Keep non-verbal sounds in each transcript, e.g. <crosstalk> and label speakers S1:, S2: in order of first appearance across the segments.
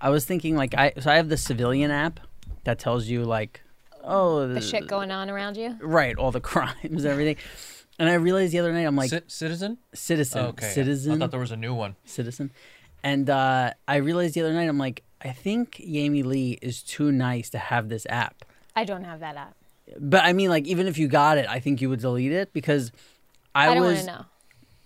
S1: I was thinking like I so I have the civilian app that tells you like oh
S2: The shit going on around you.
S1: right all the <laughs> crimes and everything. And I realized the other night I'm like
S3: Ci- citizen? Oh,
S1: citizen
S3: okay. I
S1: citizen
S3: thought there was a new one.
S1: citizen. And uh, I realized the other night I'm like I think Jamie Lee is too nice to have this app.
S2: I don't have that app.
S1: But I mean like even if you got it I think you would delete it because I,
S2: I, don't want
S1: was
S2: to know.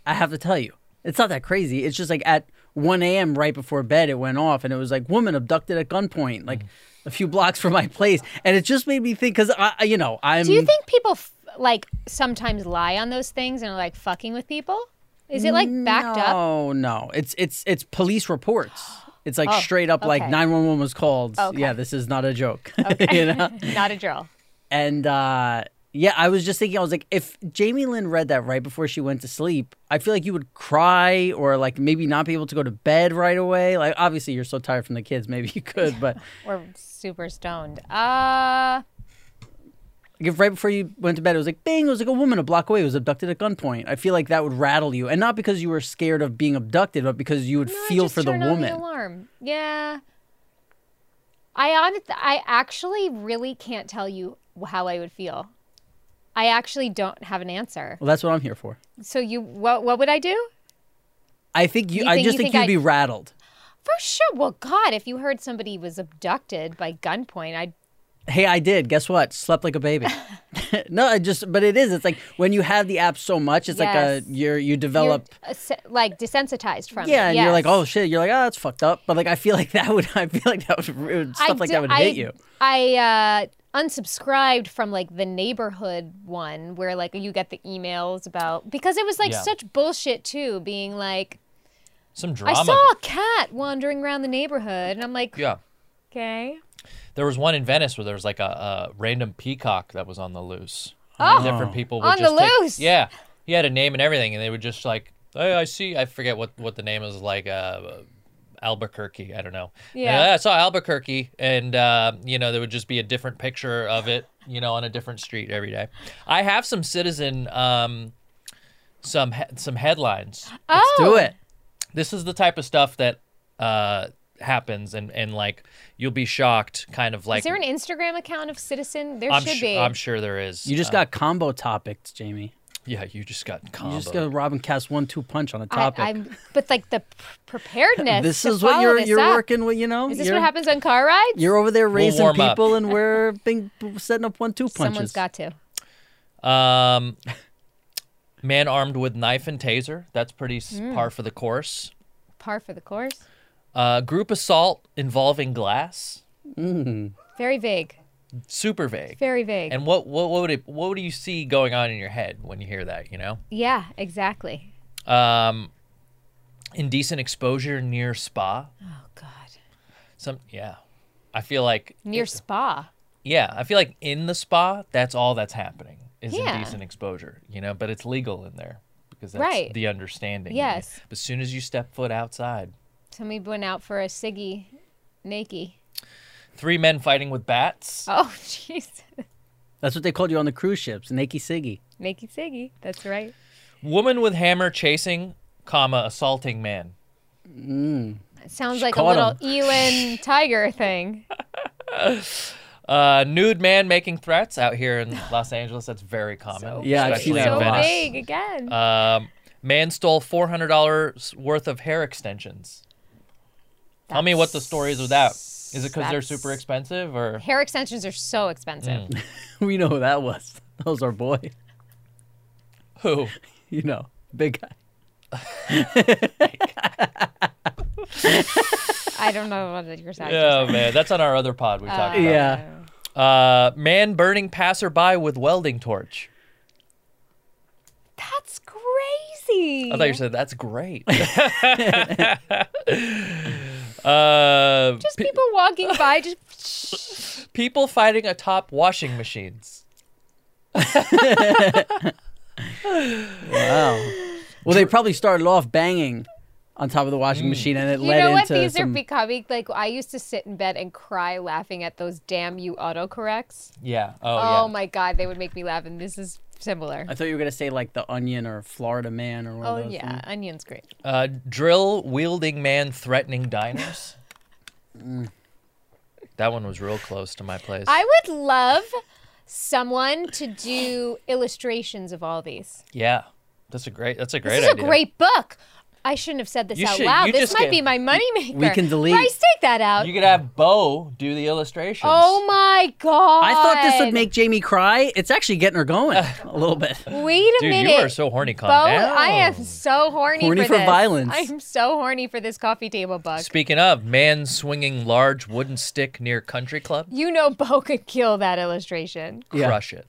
S1: I have to tell you, it's not that crazy. It's just like at 1 a.m. right before bed, it went off, and it was like woman abducted at gunpoint, like a few blocks from my place, and it just made me think because I, I- you know, I'm.
S2: Do you think people f- like sometimes lie on those things and are like fucking with people? Is it like backed up?
S1: No, no, it's it's it's police reports. It's like
S2: Oh,
S1: straight up like
S2: okay.
S1: 911 was called.
S2: Okay.
S1: Yeah, this is not a joke. <laughs> you know?
S2: Not a drill.
S1: And uh yeah, I was just thinking, I was like, if Jamie Lynn read that right before she went to sleep, I feel like you would cry or like maybe not be able to go to bed right away. Like obviously you're so tired from the kids, maybe you could, but
S2: We're super stoned. Uh,
S1: like if right before you went to bed, it was like bang, it was like a woman a block away was abducted at gunpoint. I feel like that would rattle you, and not because you were scared of being abducted, but because you would
S2: no,
S1: feel
S2: just
S1: for the
S2: turn on
S1: woman.
S2: alarm. Yeah. I honest, I actually really can't tell you how I would feel. I actually don't have an answer.
S1: well, that's what I'm here for.
S2: So you, what, what would I do?
S1: I think you.
S2: You
S1: I
S2: think-
S1: just
S2: you
S1: think,
S2: think
S1: you'd
S2: I-
S1: be rattled.
S2: For sure. Well, God, if you heard somebody was abducted by gunpoint, I'd
S1: Hey, I did. Guess what? Slept like a
S2: <laughs>
S1: baby. <laughs> no, I just. But it is. It's like when you have the app so much, it's like
S2: Yes.
S1: a you're you
S2: you're,
S1: develop.
S2: uh, se- like desensitized from it.
S1: yeah, and you're like,
S2: Yes.
S1: oh shit. You're like, oh, it's fucked up. But like, I feel like that would. <laughs> I feel like that would. it would- Stuff
S2: I
S1: like
S2: di-
S1: that would
S2: I-
S1: hit you.
S2: I uh, unsubscribed from like the neighborhood one where like you get the emails about because it was like
S3: Yeah.
S2: such bullshit too, being like,
S3: Some drama.
S2: I saw a cat wandering around the neighborhood, and I'm like,
S3: Yeah.
S2: okay,
S3: There was one in Venice where there was like a, a random peacock that was on the loose.
S2: Oh.
S3: different people would
S2: On the
S3: just take-
S2: loose.
S3: Yeah, he had a name and everything, and they would just like, hey, I see, I forget what what the name was like. Uh, Albuquerque, I don't know. And,
S2: Yeah.
S3: "Oh, I saw Albuquerque, and uh, you know there would just be a different picture of it, you know, on a different street every day. I have some citizen, um, some he- some headlines
S1: Let's do
S2: Oh.
S1: it.
S3: this is the type of stuff that uh happens and and like you'll be shocked kind of like
S2: is there an Instagram account of Citizen? There
S3: I'm,
S2: should
S3: su-
S2: be.
S3: I'm sure there is
S1: You just
S3: Uh,
S1: got combo topics, Jamie.
S3: yeah you just got
S1: You
S3: combo.
S1: just got to Robin cast one two punch on a
S2: I,
S1: topic.
S2: I'm, but like the p-
S1: <laughs>
S2: preparedness.
S1: this
S2: to
S1: is what
S2: follow
S1: you're
S2: this
S1: you're
S2: up.
S1: working with. You know,
S2: Is this
S1: you're,
S2: what happens on car rides?
S1: You're over there raising
S3: warm up.
S1: people,
S2: <laughs>
S1: and we're being, setting up one two punches.
S2: Someone's got to.
S3: um man armed with knife and taser that's pretty s
S2: Hmm.
S3: par for the course
S2: Par for the course.
S3: uh group assault involving glass
S2: Very vague.
S3: super vague
S2: Very vague.
S3: and what, what what would it what do you see going on in your head when you hear that you know
S2: yeah, exactly.
S3: um indecent exposure near spa
S2: Oh God.
S3: some yeah i feel like
S2: Near spa.
S3: Yeah, I feel like in the spa, that's all that's happening is
S2: Yeah.
S3: indecent exposure, you know, but it's legal in there because that's
S2: Right.
S3: the understanding. you know.
S2: Yes.
S3: But as soon as you step foot outside,
S2: Somebody went out for a ciggy, naked.
S3: three men fighting with bats.
S2: <laughs> Oh, jeez.
S1: That's what they called you on the cruise ships, Nakey Siggy. <laughs>
S2: Naked ciggy. That's right.
S3: Woman with hammer chasing, comma, assaulting man.
S2: That sounds like a
S1: caught
S2: little Elin tiger thing.
S3: Uh, nude man making threats out
S2: <laughs>
S3: here in Los Angeles. That's very common.
S1: Yeah, I've seen
S3: especially
S1: that
S3: in
S1: a
S2: so
S1: lot.
S3: Venice.
S2: vague again.
S3: Um, man stole $400 worth of hair extensions. Tell me what the story is with that. Is it because they're
S2: That's-
S3: super expensive or?
S2: Hair extensions are so expensive.
S3: Mm.
S1: we know who that was. That was our boy.
S3: Who?
S1: You know, big guy.
S2: <laughs> I Uh, don't know what you're saying.
S3: Oh man, that's on our other pod we talked about.
S1: Yeah.
S3: Uh, man burning passerby with welding torch.
S2: That's crazy.
S3: I thought you said that's great.
S2: <laughs>
S3: <laughs> uh,
S2: Just people
S3: <laughs>
S2: walking by. Just
S3: people fighting atop washing machines.
S1: Wow. <laughs> Well, they probably started off banging on top of the washing machine, and it
S2: you
S1: led
S2: know what?
S1: into
S2: These are
S1: some.
S2: becoming like I used to sit in bed and cry laughing at those damn you autocorrects.
S3: Yeah. Oh,
S2: Oh,
S3: yeah.
S2: my god, they would make me laugh, and this is similar.
S1: I thought you were gonna say like the Onion or Florida Man or one
S2: Oh
S1: of those.
S2: yeah,
S1: things.
S2: onion's great.
S3: Uh, drill wielding man threatening diners. That one was real close to my place.
S2: I would love someone to do illustrations of all these.
S3: yeah, that's a great. That's a great
S2: This is
S3: idea.
S2: a great book. I shouldn't have said this
S3: You
S2: out
S3: should-
S2: loud.
S3: you
S2: This
S3: just
S2: might
S3: get-
S2: be my moneymaker.
S1: we can delete-
S2: Bryce, take that out.
S3: You could have Bo do the illustrations.
S2: oh my god!
S1: I thought this would make Jamie cry. It's actually getting her going a little bit.
S2: Wait a
S3: dude,
S2: minute.
S3: you are so horny. Calm
S2: Bo,
S3: down.
S2: I am so horny,
S1: Horny
S2: for,
S1: for
S2: this.
S1: violence.
S2: I'm so horny for this coffee table bug.
S3: Speaking of man swinging large wooden stick near country club,
S2: you know, Bo could kill that illustration.
S1: Yeah.
S3: crush it.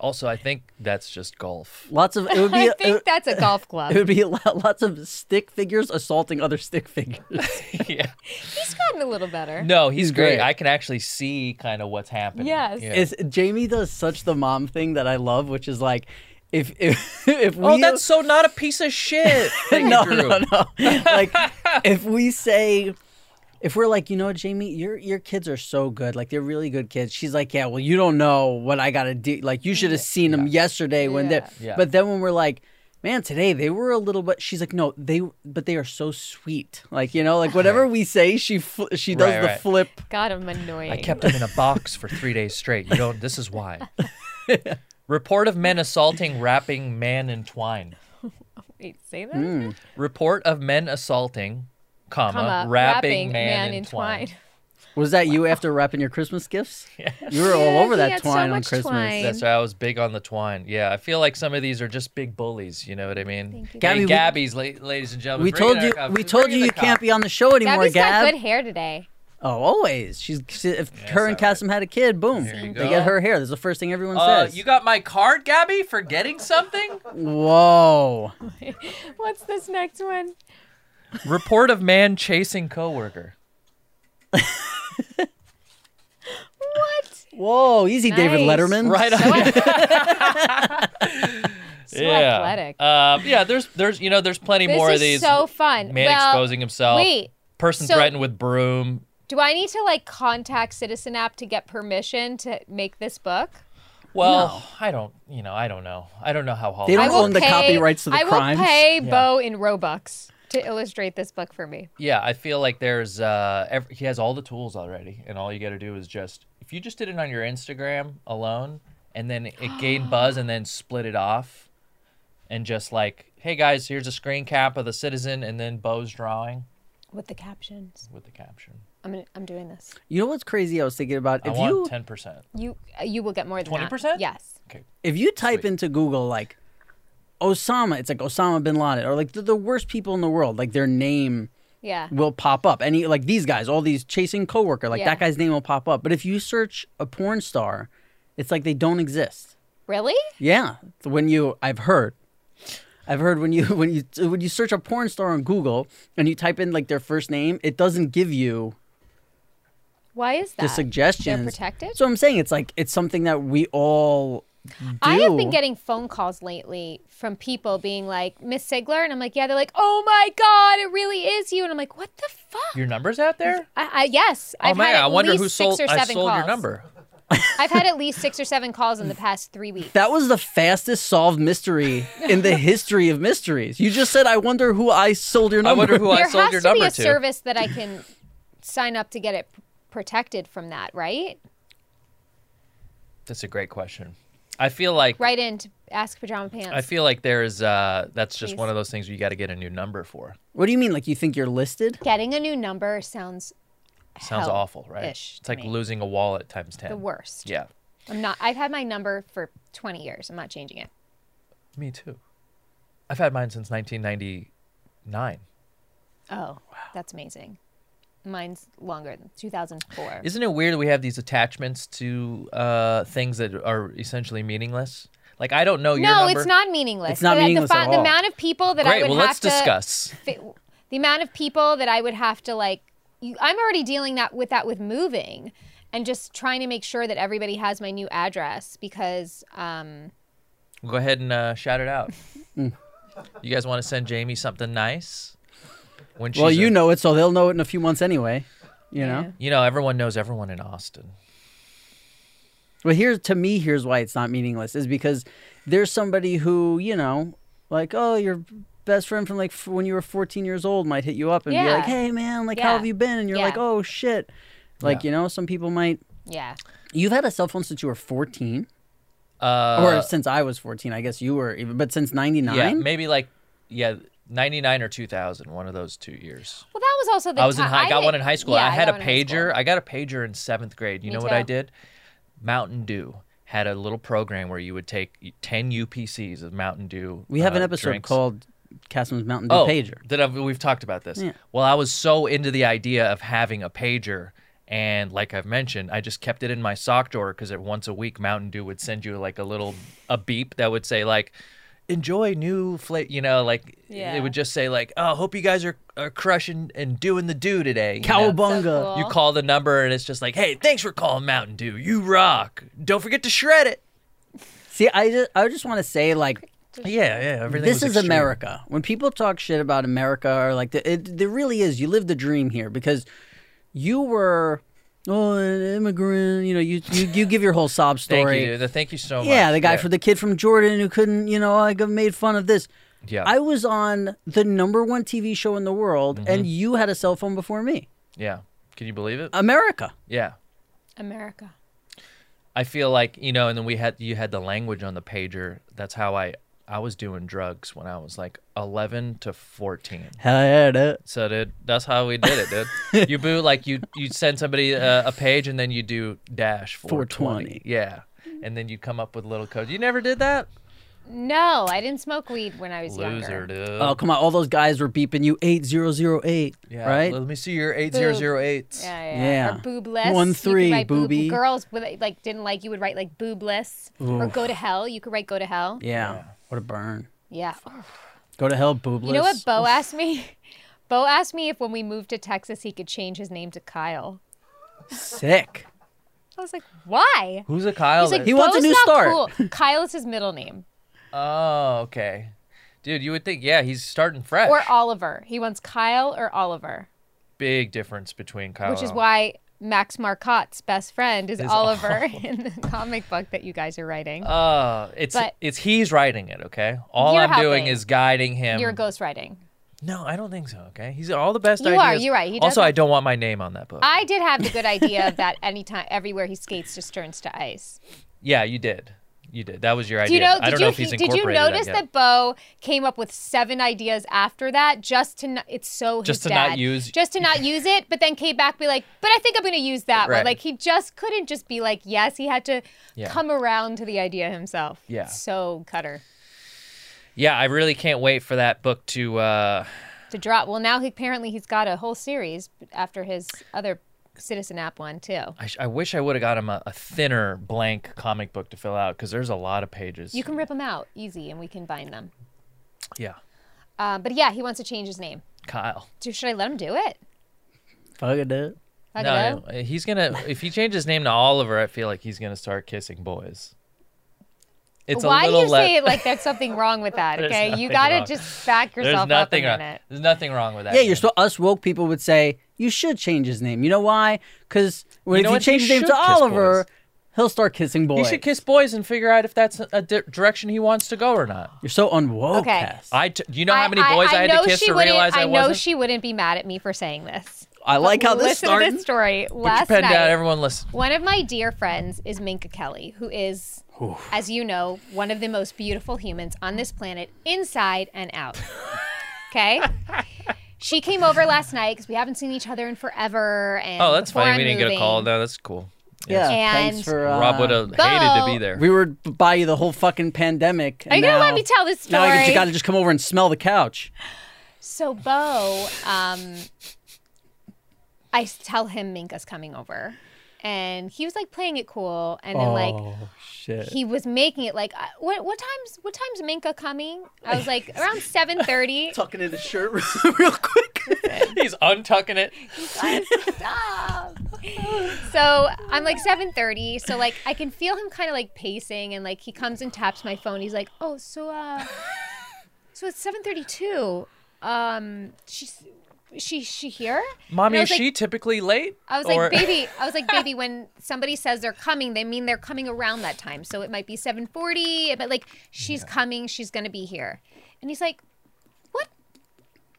S3: Also, I think that's just golf. <laughs>
S1: Lots of it would be
S2: <laughs> I
S1: it,
S2: think that's a golf
S1: it
S2: club.
S1: would be lo- lots of stick figures assaulting other stick figures.
S3: yeah.
S2: He's gotten a little better.
S3: No, he's, great.
S1: great.
S3: I can actually see kind of what's happening.
S2: Yes.
S3: Yeah.
S1: It's, Jamie does such the mom thing that I love, which is like if if, <laughs> if we
S3: oh, that's so not a piece of shit. that
S1: <laughs>
S3: you
S1: no,
S3: drew.
S1: no, no. Like
S3: <laughs>
S1: if we say if we're like, you know, what, Jamie, your your kids are so good, like they're really good kids. She's like, yeah, well, you don't know what I gotta do. Like you should have seen them yesterday when they.
S2: Yeah.
S3: Yeah.
S1: But then when we're like, man, today they were a little bit. She's like, no, they, but they are so sweet. Like you know, like whatever we say, she fl- she does
S3: Right,
S1: the
S3: right.
S1: flip.
S2: God, I'm annoying.
S3: I kept him in a box for three days straight. You don't. This is why. Report of men assaulting wrapping man in twine.
S2: Wait, say that?
S1: Hmm.
S3: Report of men assaulting, comma,
S2: Comma,
S3: wrapping, man, in twine.
S1: Was that you after wrapping your Christmas
S3: <laughs>
S1: gifts? You were all
S2: Yeah,
S1: over
S2: he
S1: that
S2: had so
S1: twine on
S2: much
S1: Christmas.
S2: twine.
S3: That's right. I was big on the twine. Yeah, I feel like some of these are just big bullies. You know what I mean?
S2: Thank you.
S1: Gabby,
S3: hey,
S1: we-
S3: Gabby's, la- ladies and gentlemen.
S1: We
S3: bring
S1: told
S3: in
S1: you.
S3: our cups.
S1: We
S3: Bring
S1: told
S3: in
S1: you
S3: the
S1: you
S3: cups.
S1: can't be on the show anymore,
S2: Gabby's
S1: Gab.
S2: got good hair today.
S1: Oh, always. She's she, if her and
S3: all right.
S1: Cassim had a kid, boom,
S3: There you
S1: they
S3: go.
S1: get her hair. That's the first thing everyone
S3: Uh,
S1: says.
S3: you got my card, Gabby, for getting something?
S1: Whoa!
S2: What's this next one?
S3: Report of man chasing coworker.
S1: <laughs>
S2: What?
S1: Whoa! Easy, David
S2: Nice.
S1: Letterman.
S3: Right on. <laughs>
S2: So athletic.
S3: Um, <laughs> yeah, there's there's you know there's plenty
S2: This
S3: more
S2: is
S3: of these.
S2: so fun.
S3: man
S2: well,
S3: exposing himself.
S2: Wait,
S3: person
S2: so-
S3: threatened with broom.
S2: do I need to like contact Citizen App to get permission to make this book?
S3: Well, I don't. You know, I don't know. I don't know how Hollywood.
S1: They don't
S2: I will
S1: own the
S2: pay-
S1: copyrights to the
S2: I will
S1: crimes.
S2: pay Bo in Robux to illustrate this book for me.
S3: yeah, I feel like there's. Uh, ev he has all the tools already, and all you got to do is just if you just did it on your Instagram alone, and then it
S2: <gasps>
S3: gained buzz, and then split it off, and just like, hey guys, here's a screen cap of the citizen, and then Bo's drawing
S2: With the captions.
S3: with the caption.
S2: I'm gonna, I'm doing this.
S1: You know what's crazy? I was thinking about
S3: I
S1: if you
S3: want ten percent.
S2: You uh, you will get more than that.
S3: 20%?
S2: Yes.
S3: Okay.
S1: if you type
S3: Sweet.
S1: into Google like Osama, it's like Osama bin Laden, or like the, the worst people in the world, like their name
S2: Yeah.
S1: will pop up. Any like these guys, all these chasing coworker, like
S2: Yeah.
S1: that guy's name will pop up. But if you search a porn star, it's like they don't exist.
S2: Really?
S1: Yeah, when you I've heard, I've heard when you <laughs> when you when you search a porn star on Google and you type in like their first name, it doesn't give you
S2: Why is that?
S1: the suggestions.
S2: They're protected.
S1: So I'm saying it's like it's something that we all. Do.
S2: I have been getting phone calls lately from people being like, Miss Sigler. And I'm like, yeah. They're like, oh my God, it really is you. And I'm like, what the fuck?
S3: Your number's out there.
S2: I, I, yes.
S3: Oh
S2: I've
S3: man,
S2: had at
S3: I wonder
S2: least
S3: who sold.
S2: six or
S3: I
S2: seven
S3: sold
S2: calls.
S3: your number.
S2: <laughs> I've had at least six or seven calls in the past three weeks.
S1: That was the fastest solved mystery in
S2: <laughs>
S1: the history of mysteries. You just said, "I wonder who I sold your
S3: I
S1: number."
S3: wonder who I
S2: there
S3: sold
S2: has
S3: your
S2: to be
S3: number
S2: a
S3: to.
S2: service that I can sign up to get it p- protected from that, right?
S3: That's a great question. I feel like
S2: Right into Ask Pajama Pants.
S3: I feel like there's uh that's just
S2: Please.
S3: one of those things you got to get a new number for.
S1: What do you mean? Like you think you're listed?
S2: Getting a new number sounds
S3: Sounds
S2: Hell
S3: awful, right?
S2: ish
S3: It's
S2: to
S3: like
S2: me.
S3: losing a wallet times 10.
S2: the worst.
S3: Yeah.
S2: I'm not. I've had my number for 20 years. I'm not changing it.
S3: Me too. I've had mine since 1999.
S2: Oh, that's amazing. Mine's longer than 2004.
S3: Isn't it weird that we have these attachments to uh things that are essentially meaningless? Like I don't know your
S2: no,
S3: number.
S2: it's not meaningless.
S1: It's not
S2: the, the
S1: meaningless
S2: fa-
S1: at
S2: The
S1: all.
S2: amount of people that I
S3: Great.
S2: would
S3: Well,
S2: have
S3: let's
S2: to
S3: discuss.
S2: fi- the amount of people that I would have to like. You, I'm already dealing that with that with moving, and just trying to make sure that everybody has my new address because um,
S3: Go ahead and uh, shout
S1: <laughs>
S3: it out.
S2: Mm.
S3: you guys want to send Jamie something nice? When she's
S1: well,
S3: a-
S1: you know it, so they'll know it in a few months anyway. You know.
S2: Yeah.
S3: you know everyone knows everyone in Austin.
S1: Well, here's to me, here's why it's not meaningless is because there's somebody who you know, like, oh, your best friend from like f- when you were 14 years old might hit you up and be like,
S2: Yeah.
S1: "Hey man, like how
S2: Yeah.
S1: have you been?" And you're
S2: Yeah.
S1: like, "Oh shit." Like,
S3: Yeah.
S1: you know, some people might
S2: Yeah.
S1: You've had a cell phone since you were 14
S3: Uh,
S1: or since I was 14, I guess you were, even- but since 99?
S3: yeah, maybe like yeah, ninety nine or two thousand, one of those two years.
S2: Well, that was also the
S3: I was in
S2: ti-
S3: high, I got
S2: did-
S3: one in high school.
S2: Yeah,
S3: I had
S2: got
S3: a
S2: one in high school.
S3: pager. I got a pager in seventh grade. You
S2: Me
S3: know what I
S2: too.
S3: did? Mountain Dew had a little program where you would take ten UPCs of Mountain Dew.
S1: We have an
S3: uh,
S1: episode
S3: drinks. Oh.
S1: called Casim's Mountain Dew Pager.
S3: That I've, we've talked about this.
S1: Yeah.
S3: Well, I was so into the idea of having a pager, and like I've mentioned, I just kept it in my sock drawer because once a week Mountain Dew would send you like a little a beep that would say like, "Enjoy new flavor," you know, like
S2: Yeah.
S3: it would just say like, "Oh, hope you guys are, are crushing and doing the do today." you know?
S1: Cowabunga.
S2: So
S3: You
S2: cool.
S3: call the number and it's just like, "Hey, thanks for calling Mountain Dew. You rock. Don't forget to shred it."
S1: See, I just, I just want to say, like,
S3: Yeah, yeah. Everything
S1: this
S3: was
S1: is
S3: extreme.
S1: America. When people talk shit about America, or like, the, it, there really is, you live the dream here because you were, oh, an immigrant, you know, you, you, you give your whole sob
S3: <laughs> Thank
S1: story.
S3: you, dude. Thank you so much.
S1: Yeah, the guy for the kid from Jordan who couldn't, you know, I got made fun of this.
S3: Yeah.
S1: I was on the number one TV show in the world,
S3: Mm-hmm.
S1: and you had a cell phone before me.
S3: Yeah. Can you believe it?
S1: America.
S3: yeah.
S2: America.
S3: I feel like, you know, and then we had you had the language on the pager. That's how I I was doing drugs when I was like 11 to 14.
S1: Had it.
S3: So dude, that's how we did it,
S1: <laughs>
S3: dude. you boo like you you send somebody uh, a page and then you do dash 420.
S1: 420.
S3: Yeah. And then you come up with little codes. You never did that?
S2: No, I didn't smoke weed when I was
S3: Loser,
S2: younger.
S3: dude.
S1: Oh come on! All those guys were beeping you eight zero zero eight,
S3: yeah.
S1: right?
S3: Let me see your 8008s.
S2: Yeah, yeah. yeah.
S1: Yeah.
S2: Or boobless.
S1: One
S2: You could
S1: three,
S2: write boob-
S1: booby.
S2: Girls with like didn't like you would write like boobless or go to hell. You could write go to hell.
S1: Yeah. What a burn.
S2: Yeah.
S1: Go to hell, boobless.
S2: You know what Bo asked me? <laughs> Bo asked me if when we moved to Texas he could change his name to Kyle.
S1: Sick.
S2: I was like, why?
S3: Who's a Kyle?
S2: He's like,
S3: that-
S1: He wants a
S2: "Bo's
S1: new
S2: not
S1: start." <laughs>
S2: Cool. Kyle is his middle name.
S3: oh, okay. Dude, you would think, yeah, he's starting fresh.
S2: Or Oliver. He wants Kyle or Oliver.
S3: Big difference between Kyle.
S2: Which
S3: and
S2: is
S1: Oh.
S3: Oliver.
S2: why Max Marcotte's best friend is, Oliver <laughs> in the comic book that you guys are writing.
S1: Um,
S3: Uh, it's
S2: But-
S3: it's he's writing it, okay? All
S2: You're
S3: I'm doing
S2: helping.
S3: is guiding him.
S2: You're ghostwriting.
S3: no, I don't think so, okay? He's got all the best
S2: You are,
S3: ideas.
S2: you're right, he
S3: also, I
S2: doesn't-
S3: don't want my name on that book.
S2: I did have the good idea of
S3: <laughs>
S2: that anytime, everywhere he skates just turns to ice.
S3: yeah, you did. You did. That was your
S2: Do you
S3: idea.
S2: know?
S3: I
S2: Did
S3: don't
S2: you
S3: know if he's
S2: he- did you
S3: incorporated that
S2: notice
S3: yet.
S2: that Bo came up with seven ideas after that just to not, it's so his
S3: Just to not
S2: dad.
S3: use-
S2: just to not use it, but then came back be like, but I think I'm going to use that one.
S3: Right.
S2: Like he just couldn't just be like yes. He had to
S3: Yeah.
S2: come around to the idea himself.
S3: Yeah.
S2: So cutter
S3: Yeah, I really can't wait for that book to uh
S2: to drop. Well, now he, apparently he's got a whole series after his other Citizen App one too.
S3: I, sh- I wish I would have got him a, a thinner blank comic book to fill out cuz there's a lot of pages.
S2: You can rip them out easy, and we can bind them.
S3: Yeah.
S2: Um, but yeah, he wants to change his name.
S3: Kyle.
S2: Do- Should I let him do it?
S1: Fuck it. dude.
S2: Fuck it
S3: No,
S2: up?
S3: he's going to if he changes his name to Oliver, I feel like he's going to start kissing boys. It's
S2: Why
S3: a little
S2: do you
S3: le-
S2: say it like there's something wrong with that?
S3: <laughs> There's
S2: Okay, you
S3: nothing
S2: gotta
S3: wrong.
S2: just back yourself
S3: there's nothing
S2: up a
S3: wrong.
S2: minute.
S3: There's nothing wrong with that.
S1: Yeah, you're
S3: man.
S1: so us woke people would say you should change his name. You know why? Because when
S3: You
S1: if
S3: know
S1: you
S3: what?
S1: change
S3: He
S1: his name
S3: should
S1: to
S3: kiss
S1: Oliver,
S3: boys.
S1: he'll start kissing
S3: He
S1: boys.
S3: should kiss boys and figure out if that's a di- direction he wants to go or not.
S1: You're so unwoke.
S2: Okay.
S1: Cass. I,
S3: I t- do you know how many boys I, had
S2: know
S3: to kiss
S2: she
S3: to
S2: wouldn't-
S3: realize I,
S2: I know
S3: wasn't?
S2: she wouldn't be mad at me for saying this.
S1: like how this
S2: Listen to
S1: started.
S2: this story.
S3: Put your
S2: Last
S3: pen
S2: night,
S3: down, everyone. Listen.
S2: one of my dear friends is Minka Kelly, who is, as you know, one of the most beautiful humans on this planet, inside and out.
S3: <laughs>
S2: Okay. She came over last night because we haven't seen each other in forever. And
S3: Oh, that's
S2: before
S3: funny.
S2: I'm
S3: We didn't get a
S2: moving-
S3: call. No, that's cool.
S1: yeah,
S2: And-
S1: thanks for uh,
S3: Rob would have hated to
S2: Bo-
S3: be there.
S1: We were b- by you the whole fucking pandemic.
S2: Are
S1: and
S2: you gonna let
S1: now-
S2: me tell this story?
S1: Now I just gotta just come over and smell the couch.
S2: So Bo, um, I s- tell him Minka's coming over, and he was like playing it cool, and then like
S1: oh shit!
S2: he was making it like I- what what times what times Minka coming? I was like around seven
S1: <laughs>
S2: thirty.
S1: Tucking in his shirt real
S2: <laughs>
S1: quick.
S3: He's untucking it.
S2: Stop. <laughs> so I'm like 7:30. So like I can feel him kind of like pacing, and like he comes and taps my phone. He's like, "Oh, so uh, so it's 7:32. Um, she's she she here?" And
S3: Mommy,
S2: I
S3: is
S2: was like-
S3: she typically late?
S2: I was
S1: <laughs>
S2: like,
S3: Or-
S2: baby. I was like, baby. When somebody says they're coming, they mean they're coming around that time. So it might be seven forty, but like, she's coming. She's gonna be here. And he's like, what?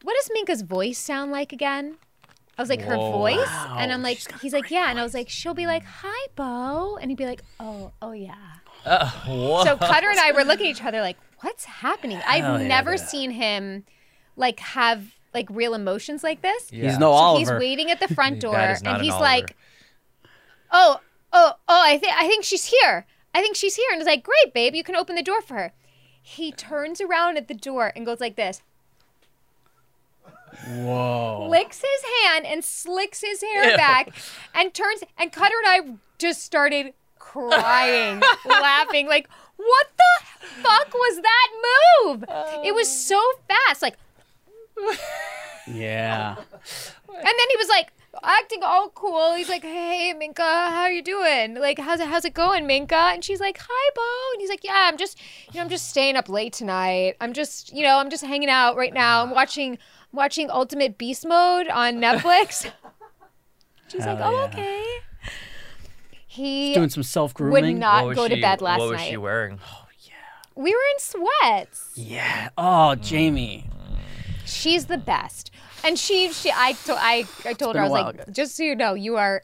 S2: what does Minka's voice sound like again? I was like, her
S3: Whoa.
S2: voice?
S1: Wow,
S2: And I'm like,
S1: she's got a
S2: he's like,
S1: great
S2: yeah. And I was like, she'll be like, hi, Bo. And he'd be like, oh, oh, yeah.
S3: Uh, whoa.
S2: So Cutter and I were looking at
S1: <laughs>
S2: each other like, what's happening? I've
S1: Hell yeah,
S2: never
S1: yeah.
S2: seen him like have like real emotions like this.
S3: Yeah.
S1: He's no
S2: So
S1: Oliver.
S2: he's waiting at the front door
S3: That is not
S2: and
S3: an
S2: he's
S3: Oliver.
S2: like, "Oh, oh, oh, I think I think she's here. I think she's here." And it's like, "Great, babe, you can open the door for her." He turns around at the door and goes like this,
S3: whoa.
S2: licks his hand and slicks his hair
S3: Ew.
S2: back, and turns. And Cutter and I just started crying, laughing, like, "What the fuck was that move? It was so fast, like."
S1: Yeah.
S2: And then he was like acting all cool. He's like, "Hey, Minka, how you doing? Like, how's it how's it going, Minka?" And she's like, "Hi, Bo." And he's like, "Yeah, I'm just, you know, I'm just staying up late tonight. I'm just, you know, I'm just hanging out right now. I'm watching watching Ultimate Beast Mode on Netflix." <laughs> she's like,
S1: Hell
S2: "Oh,
S1: yeah.
S2: okay." He
S1: Doing some self
S2: would
S1: grooming.
S2: not
S3: What was
S2: go to
S3: she-
S2: bed last
S3: What was
S2: night.
S3: she wearing?
S2: we were in sweats.
S1: Yeah. Oh, Jamie.
S2: She's the best. And she, she, I, to, I, I told
S1: been
S2: her, I
S1: a
S2: was
S1: while,
S2: like,
S1: guys.
S2: just so you know, you are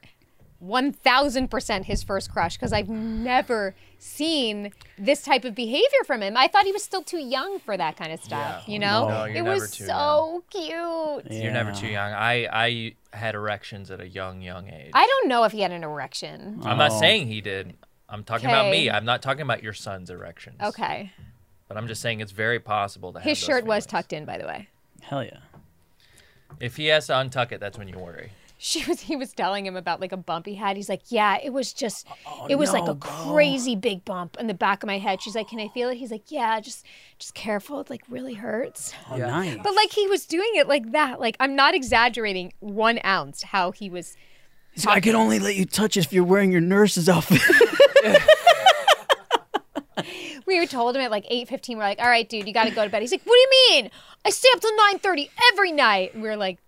S2: one thousand percent his first crush because I've never seen this type of behavior from him. I thought he was still too young for that kind of stuff.
S3: Yeah.
S2: You know,
S1: No,
S3: you're
S2: it
S3: never
S2: was
S3: too
S2: so cute.
S1: Yeah.
S3: You're never too young. I I had erections at a young young age.
S2: I don't know if he had an erection.
S3: I'm not
S1: Oh.
S3: saying he did. I'm talking about
S2: Okay.
S3: me. I'm not talking about your son's erections.
S2: Okay,
S3: But I'm just saying it's very possible to have
S2: his
S3: those
S2: shirt was
S3: feelings.
S2: tucked in, by the way.
S1: Hell yeah.
S3: If he has to untuck it, that's when you worry.
S2: <laughs> She was. He was telling him about like a bump he had. He's like, "Yeah, it was just, it was like
S1: Uh, oh, no,
S2: a
S1: bro.
S2: crazy big bump in the back of my head." She's like, "Can I feel it?" He's like, "Yeah, just, just careful. It like really hurts."
S1: Oh,
S3: Yeah.
S1: nice.
S2: But like he was doing it like that. Like I'm not exaggerating one ounce how he was.
S1: He's like, I can only let you touch if you're wearing your nurse's outfit. <laughs>
S2: We were told him at like 8:15. We're like, "All right, dude, you got to go to bed." He's like, "What do you mean? I stay up till 9:30 every night." And we were like,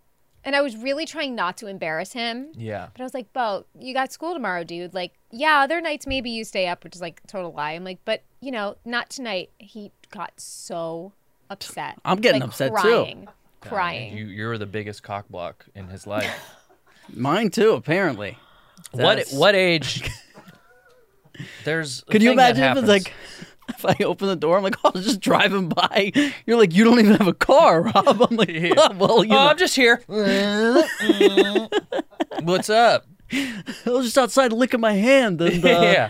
S2: and I was really trying not to embarrass him.
S3: Yeah.
S2: But I was like, Bo, you got school tomorrow, dude. Like, yeah, other nights maybe you stay up, which is like a total lie. I'm like, but you know, not tonight. He got so upset.
S1: I'm getting
S2: Like,
S1: upset, too.
S2: crying, too. Crying.
S3: You you were the biggest cock block
S2: <laughs>
S3: in his life.
S1: Mine too, apparently.
S3: what
S1: That's-
S2: <laughs>
S3: what age? There's. a
S1: Could you
S3: thing that
S1: imagine if it's
S3: happens.
S1: like <laughs> if I open the door, I'm like, oh, I was just driving by. You're like, you don't even have a car, Rob. <laughs> I'm like, "Oh, well, you
S3: Oh,
S1: know,
S3: I'm
S1: <laughs>
S3: just here. What's up?
S1: I was just outside licking my hand. <laughs> And, uh,
S3: <laughs>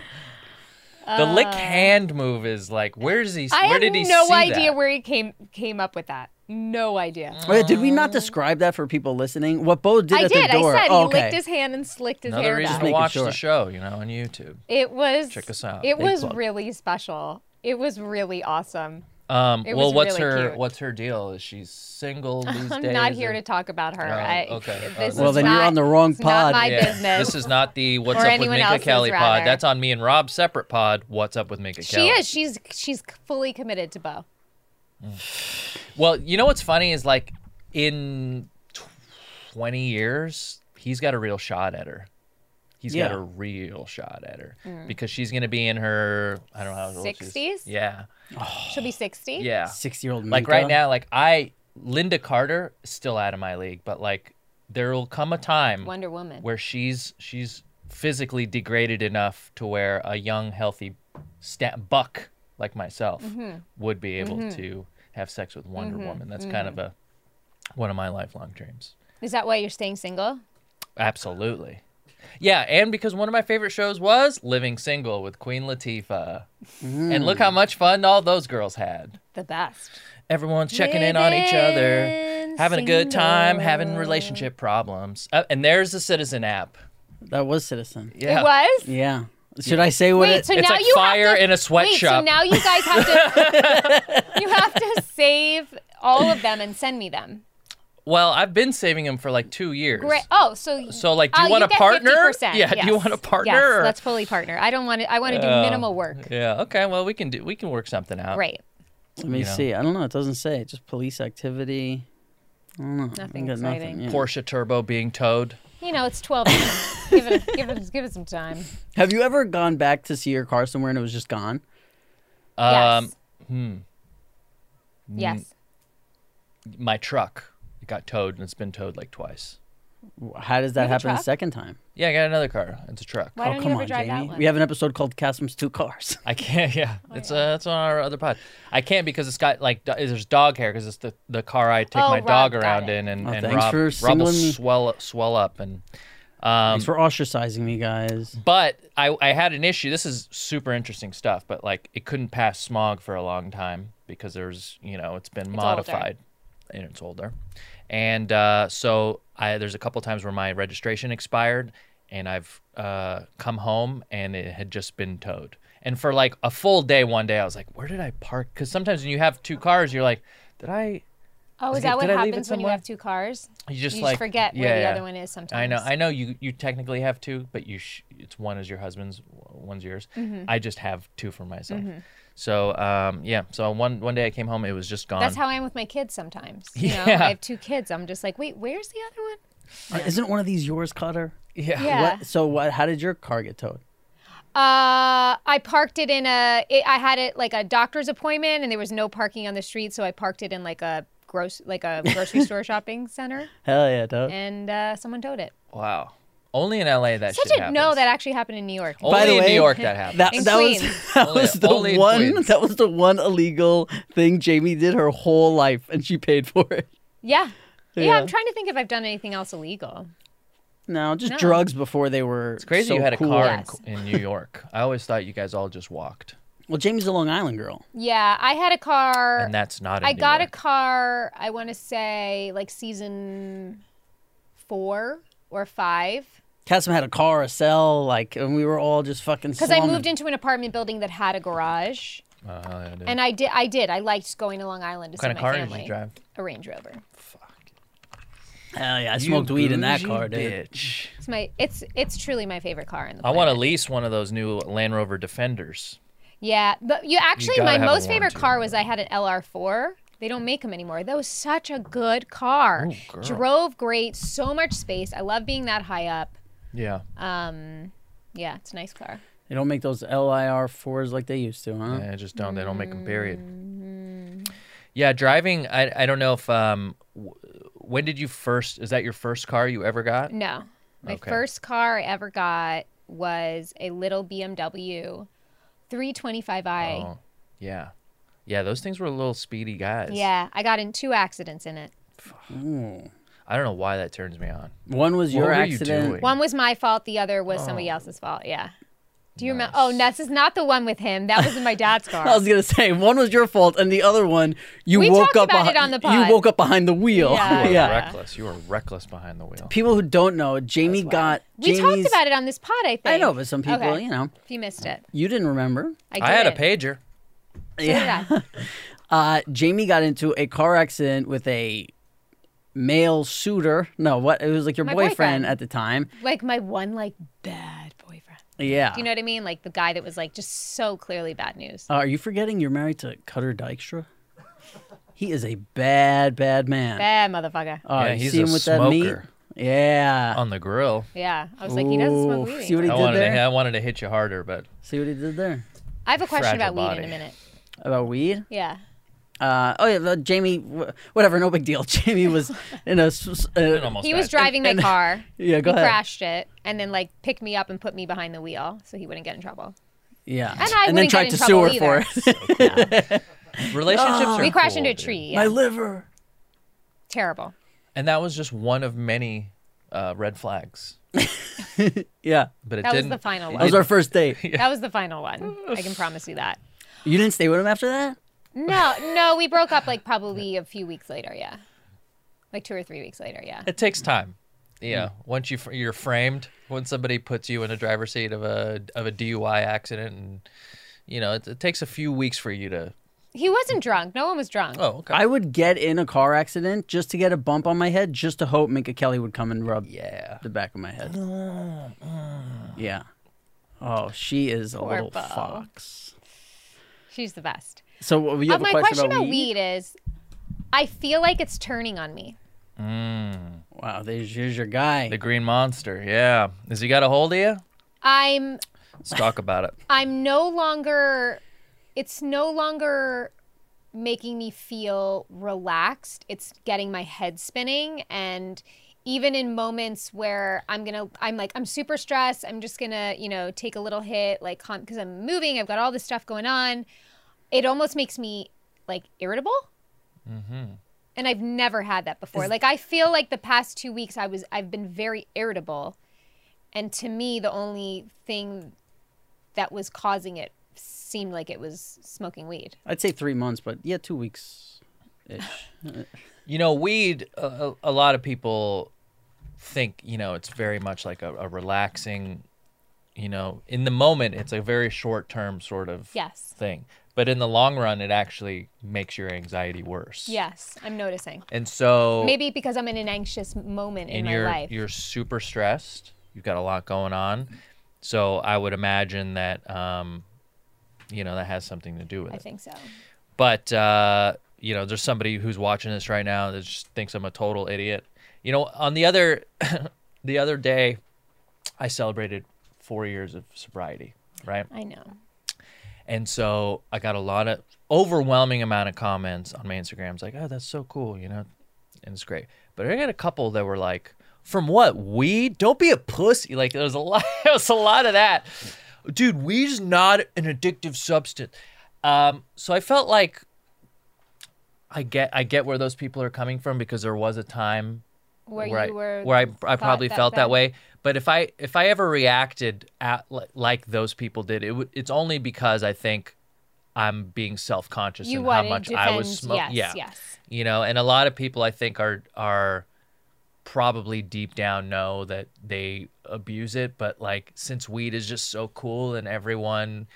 S3: yeah. The lick hand move is like, where does he?
S2: Uh, I
S3: where
S2: have
S3: did he
S2: no
S3: see
S2: idea
S3: that?
S2: where he came came up with that. No idea.
S1: oh, yeah, did we not describe that for people listening? What Bo did
S2: I
S1: at
S2: did.
S1: the
S2: I
S1: door.
S2: said
S1: oh,
S2: he
S1: okay.
S2: licked his hand and slicked his
S3: Another
S2: hair
S3: reason
S2: back.
S1: Just
S3: to
S1: making
S3: watch
S1: sure.
S3: the show, you know, on YouTube.
S2: It was
S3: Check us out.
S2: It
S3: Big
S2: was
S3: plug.
S2: really special. It was really awesome.
S3: Um,
S2: It
S3: well,
S2: was
S3: what's
S2: really
S3: her
S2: cute.
S3: what's her deal? Is
S2: <laughs>
S3: she single these
S2: I'm
S3: days?
S2: not here
S3: or-
S2: to talk about her.
S3: Oh,
S2: I,
S3: okay.
S2: this
S3: Oh,
S2: is
S1: Well, then you're
S2: not-
S1: on the wrong
S2: it's not
S1: pod.
S2: my
S3: Yeah,
S2: business.
S3: This is not the What's
S2: Or
S3: Up with
S2: anyone
S3: Minka
S2: else's,
S3: Kelly pod.
S2: rather.
S3: That's on me and Rob's separate pod. What's Up with Minka Kelly?
S2: She is. She's she's fully committed to Bo.
S3: Well, you know what's funny is like in tw- 20 years, he's got a real shot at her. He's got
S1: Yeah.
S3: a real shot at her
S2: Mm.
S3: because she's going to be in her, I don't know how old she is.
S2: 60s?
S3: Yeah.
S2: She'll be sixty.
S3: Yeah.
S1: Six year old
S3: Like right now, like I, Linda Carter, still out of my league, but like there'll come a time
S2: Wonder Woman.
S3: where she's she's physically degraded enough to where a young healthy sta- buck like myself
S2: Mm-hmm.
S3: would be able to have sex with Wonder Woman. That's kind of a one of my lifelong dreams.
S2: Is that why you're staying single?
S3: Absolutely. Yeah, and because one of my favorite shows was Living Single with Queen Latifah. And look how much fun all those girls had.
S2: The best.
S3: Everyone's checking in on each other,
S2: Living
S3: having a good time, having
S2: single.
S3: relationship problems. Uh, and there's the Citizen app.
S1: That was Citizen.
S3: Yeah.
S2: It was.
S1: Yeah. Should I say what
S2: Wait,
S1: it
S2: so
S3: It's
S2: now
S3: like
S2: you
S3: fire
S2: have to,
S3: in a
S2: wait. So
S3: sweatshop.
S2: now you guys have to
S3: <laughs>
S2: you have to save all of them and send me them.
S3: Well, I've been saving them for like two years.
S2: Great. Oh, so
S3: So, like, do you
S2: oh,
S3: want a
S2: get
S3: partner?
S2: 50%.
S3: Yeah, do you
S2: Yes.
S3: want a partner
S2: Yes,
S3: or-
S2: let's fully partner. I don't want to. I want to do
S3: Oh.
S2: minimal work.
S3: Yeah. Okay. Well, we can do. We can work something out.
S2: Great.
S1: Let me
S3: you know.
S1: see. I don't know. It doesn't say. Just police activity. I don't know. I
S2: Nothing
S1: got
S2: exciting.
S1: yeah.
S3: Porsche turbo being towed.
S2: You know, it's twelve. now. give it. Give it. Give it some time.
S1: Have you ever gone back to see your car somewhere and it was just gone?
S3: <laughs> Um, hmm.
S2: yes. Yes.
S3: My truck. It got towed and it's been towed like twice.
S1: How does that
S2: have a
S1: happen the
S2: truck?
S1: second time?
S3: Yeah, I got another car. It's a truck.
S2: Why
S1: oh,
S2: don't
S1: come
S2: you ever
S1: on,
S2: drive that
S1: Jamie.
S2: one?
S1: We have an episode called Castlem's Two Cars.
S3: I can't. <laughs> Yeah,
S2: Oh,
S3: it's uh, that's on our other pod. I can't because it's got like do- there's dog hair because it's the, the car I take
S2: Oh,
S3: my
S2: Rob
S3: dog
S2: got
S3: around
S2: it.
S3: in and
S1: Oh,
S3: and
S1: thanks
S3: Rob,
S1: for
S3: Rob will
S1: singling me.
S3: swell up- swell up and um.
S1: Thanks for ostracizing me, guys.
S3: But I I had an issue. This is super interesting stuff. But like it couldn't pass smog for a long time because there's you know it's been modified and it's older, and uh, so I there's a couple times where my registration expired and I've uh, come home and it had just been towed. And for like a full day, one day I was like, where did I park? Because sometimes when you have two cars, you're like, did I?
S2: Oh,
S3: Like,
S2: is that what
S3: did I leave it
S2: happens when you
S3: somewhere?
S2: have two cars?
S3: You just
S2: you
S3: like
S2: just forget
S3: yeah,
S2: where the
S3: yeah.
S2: other one is sometimes.
S3: I know, I know. You you technically have two, but you sh- it's one is your husband's, w- one's yours.
S2: Mm-hmm.
S3: I just have two for myself. So um, yeah. So one one day I came home, it was just gone.
S2: That's how I am with my kids sometimes. You know,
S3: Yeah.
S2: I have two kids. I'm just like, wait, where's the other one?
S1: Uh, Isn't one of these yours, Cutter?
S3: yeah.
S2: Yeah.
S1: What? So what? How did your car get towed?
S2: Uh, I parked it in a. It, I had it like a doctor's appointment, and there was no parking on the street, so I parked it in like a gross, like
S3: <laughs>
S2: a grocery store shopping center,
S1: Hell yeah, towed.
S2: and uh, someone towed it.
S3: <laughs> Wow. Only in LA that
S2: Such
S3: shit
S2: a
S3: happens.
S2: no. That actually happened in New York.
S3: only
S1: By the
S3: in
S1: way,
S3: New York
S1: <laughs>
S3: that happens.
S1: That,
S2: In
S1: that was
S2: Queens.
S1: <laughs> that
S3: Only-
S1: was the
S3: Oh, only in
S1: one
S3: Queens.
S1: that was the one illegal thing Jamie did her whole life, and she paid for it.
S2: yeah. yeah,
S1: Yeah.
S2: I'm trying to think if I've done anything else illegal.
S1: No, just
S2: No.
S1: drugs before they were.
S3: it's crazy
S1: so
S3: you had a
S1: cool.
S3: car
S2: Yes.
S3: in, in New York. I always thought you guys all just walked,
S1: Well, Jamie's a Long Island girl.
S2: Yeah, I had a car.
S3: and that's not. In
S2: Uh, I
S3: New
S2: got
S3: York.
S2: a car, I want to say like season four or five.
S1: Cassim had a car, a cell, like, and we were all just fucking.
S2: Because I
S1: slumming.
S2: moved into an apartment building that had a garage.
S3: Uh, yeah, dude.
S2: And I did I did. I liked going to Long Island to
S3: what kind
S2: see my
S3: of car
S2: family.
S3: did you drive?
S2: A Range Rover.
S1: Hell yeah, I smoked weed in that car, dude.
S3: Bitch.
S2: It's my it's it's truly my favorite car in the
S3: I want to
S2: planet.
S3: lease one of those new Land Rover Defenders.
S2: Yeah. But you actually
S3: gotta
S2: my
S3: have a
S2: most favorite
S3: warranty
S2: car
S3: on
S2: was I had an LR four. They don't make them anymore. That was such a good car.
S3: Ooh, girl.
S2: Drove great, so much space. I love being that high up.
S3: Yeah.
S2: Um yeah, it's a nice car.
S1: They don't make those LIR fours like they used to, huh?
S2: Uh-huh.
S3: Yeah, I just don't. They don't make them. Period.
S2: Mm-hmm.
S3: Yeah, driving. I I don't know if um, w- when did you first? Is that your first car you ever got?
S2: No. My
S3: Okay.
S2: first car I ever got was a little BMW 325i.
S3: Oh, yeah, yeah. Those things were little speedy guys.
S2: Yeah, I got in two accidents in it.
S1: Ooh.
S3: I don't know why that turns me on.
S1: One was your
S3: were you
S1: accident.
S3: doing?
S2: One was my fault, the other was somebody
S1: Oh.
S2: else's fault. Yeah. Do you remember? Oh, no, this is not the one with him. That was in
S1: <laughs>
S2: my dad's car.
S1: I was gonna say one was your fault, and the other one you
S2: We
S1: woke
S2: talked
S1: up
S2: about it
S1: behi-
S2: on the
S1: you
S2: pod.
S1: woke up behind the wheel.
S2: Yeah.
S3: You are
S1: <laughs> yeah.
S3: reckless. You are reckless behind the wheel.
S1: People who don't know, Jamie got.
S2: we
S1: Jamie's-
S2: talked about it on this pod, I think.
S1: I know, but some people,
S2: Okay.
S1: you know,
S2: If you missed it,
S1: you didn't remember.
S2: I,
S3: I had a
S2: did.
S3: pager.
S2: So did I.
S1: Uh, Jamie got into a car accident with a male suitor. No, what? It was like your
S2: My
S1: boyfriend,
S2: boyfriend.
S1: at the time.
S2: Like my one, like, bad boyfriend.
S1: Yeah.
S2: Do you know what I mean? Like the guy that was like just so clearly bad news.
S1: Uh, are you forgetting you're married to Cutter Dykstra? He is a bad, bad man.
S2: Bad motherfucker.
S1: Oh,
S3: Yeah,
S1: you
S3: he's
S1: see
S3: a
S1: him with that meat?
S3: smoker. Oh.
S1: Yeah.
S3: On the grill.
S2: Yeah. I was like, he doesn't
S1: Ooh,
S2: smoke weed.
S1: see what he
S3: I
S1: did
S3: wanted, to,
S1: there?
S3: I wanted to hit you harder, but
S1: See what he did there
S2: I have a question
S3: Fragile
S2: about weed in
S3: body.
S2: a minute.
S1: about weed?
S2: Yeah.
S1: Uh, oh yeah, the Jamie. wh- Whatever, no big deal. <laughs> Jamie was in a. s- s-
S3: it
S1: Uh,
S3: almost
S2: He was
S3: died.
S2: driving my car.
S1: yeah, <laughs> go
S2: he
S1: ahead.
S2: crashed it and then like picked me up and put me behind the wheel so he wouldn't get in trouble.
S1: Yeah,
S2: I
S1: then
S2: wouldn't
S1: tried
S2: get
S1: to
S2: in
S1: sue her
S2: trouble
S1: for
S2: either.
S1: it. <laughs>
S3: Relationships are
S2: Oh. we crashed
S3: cool,
S2: into a
S3: dude.
S2: tree.
S1: My
S2: yeah.
S1: liver.
S2: Terrible.
S3: And that was just one of many uh, red flags.
S1: Yeah,
S3: But it
S2: That was
S3: didn't.
S2: the final
S3: it
S2: one.
S1: that was
S3: didn't-
S1: our first date.
S3: <laughs>
S2: That was the
S1: <laughs>
S2: final one. I can promise you that.
S1: You didn't stay with him after that?
S2: No, no, we broke up like probably a few weeks later. Yeah. Like two or three weeks later. Yeah.
S3: It takes time. Yeah. Once you fr- you're framed, when somebody puts you in a driver's seat of a of a DUI accident, and you know it, it takes a few weeks for you to.
S2: He wasn't drunk. No one was drunk.
S3: Oh, okay.
S1: I would get in a car accident just to get a bump on my head, just to hope Minka Kelly would come and rub
S3: yeah. Mm-hmm.
S1: the back of my head. Yeah. Oh, she is a
S2: Poor
S1: little
S2: Bo.
S1: fox.
S2: She's the best.
S1: So what- you
S2: Uh,
S1: have
S2: my
S1: a question, about,
S2: weed? is I feel like it's turning on me.
S1: Wow, there's, here's your guy.
S3: The green monster. Yeah. Has he got a hold of you?
S2: I'm
S3: <laughs> Let's talk about it.
S2: I'm no longer it's no longer making me feel relaxed. It's getting my head spinning and even in moments where I'm gonna, I'm like, I'm super stressed. I'm just gonna, you know, take a little hit, like, because I'm moving. I've got all this stuff going on. It almost makes me like irritable,
S3: Mm-hmm.
S2: and I've never had that before.
S1: Is-
S2: like, I feel like the past two weeks, I was, I've been very irritable, and to me, the only thing that was causing it seemed like it was smoking weed.
S1: I'd say three months, but yeah, two weeks ish.
S3: You know, weed. A, a- a lot of people think you know it's very much like a, a relaxing. You know, in the moment, it's a very short-term sort of
S2: Yes.
S3: thing, but in the long run, it actually makes your anxiety worse.
S2: Yes, I'm noticing.
S3: And so
S2: Maybe because I'm in an anxious moment in
S3: and
S2: my
S3: you're
S2: life.
S3: you're super stressed. You've got a lot going on, so I would imagine that um, you know that has something to do with
S2: I
S3: it.
S2: think so.
S3: But uh, you know, there's somebody who's watching this right now that just thinks I'm a total idiot. You know, on the other <coughs> the other day, I celebrated four years of sobriety, right?
S2: I know.
S3: And so I got a lot of overwhelming amount of comments on my Instagram. It's like, oh, that's so cool, you know, and it's great. But I got a couple that were like, from what weed? Don't be a pussy. Like there was a <laughs> lot, there was a lot of that, dude. Weed's not an addictive substance. Um, so I felt like I get, I get where those people are coming from because there was a time
S2: Where,
S3: where
S2: you
S3: I,
S2: were
S3: where I, I
S2: thought
S3: probably
S2: that
S3: felt that
S2: then.
S3: way. But if I if I ever reacted at li- like those people did, it would it's only because I think I'm being self conscious
S2: you
S3: in how
S2: wanted
S3: much
S2: to defend,
S3: I was smoking.
S2: yes, yes.
S3: you know, and a lot of people I think are are probably deep down know that they abuse it, but like since weed is just so cool and everyone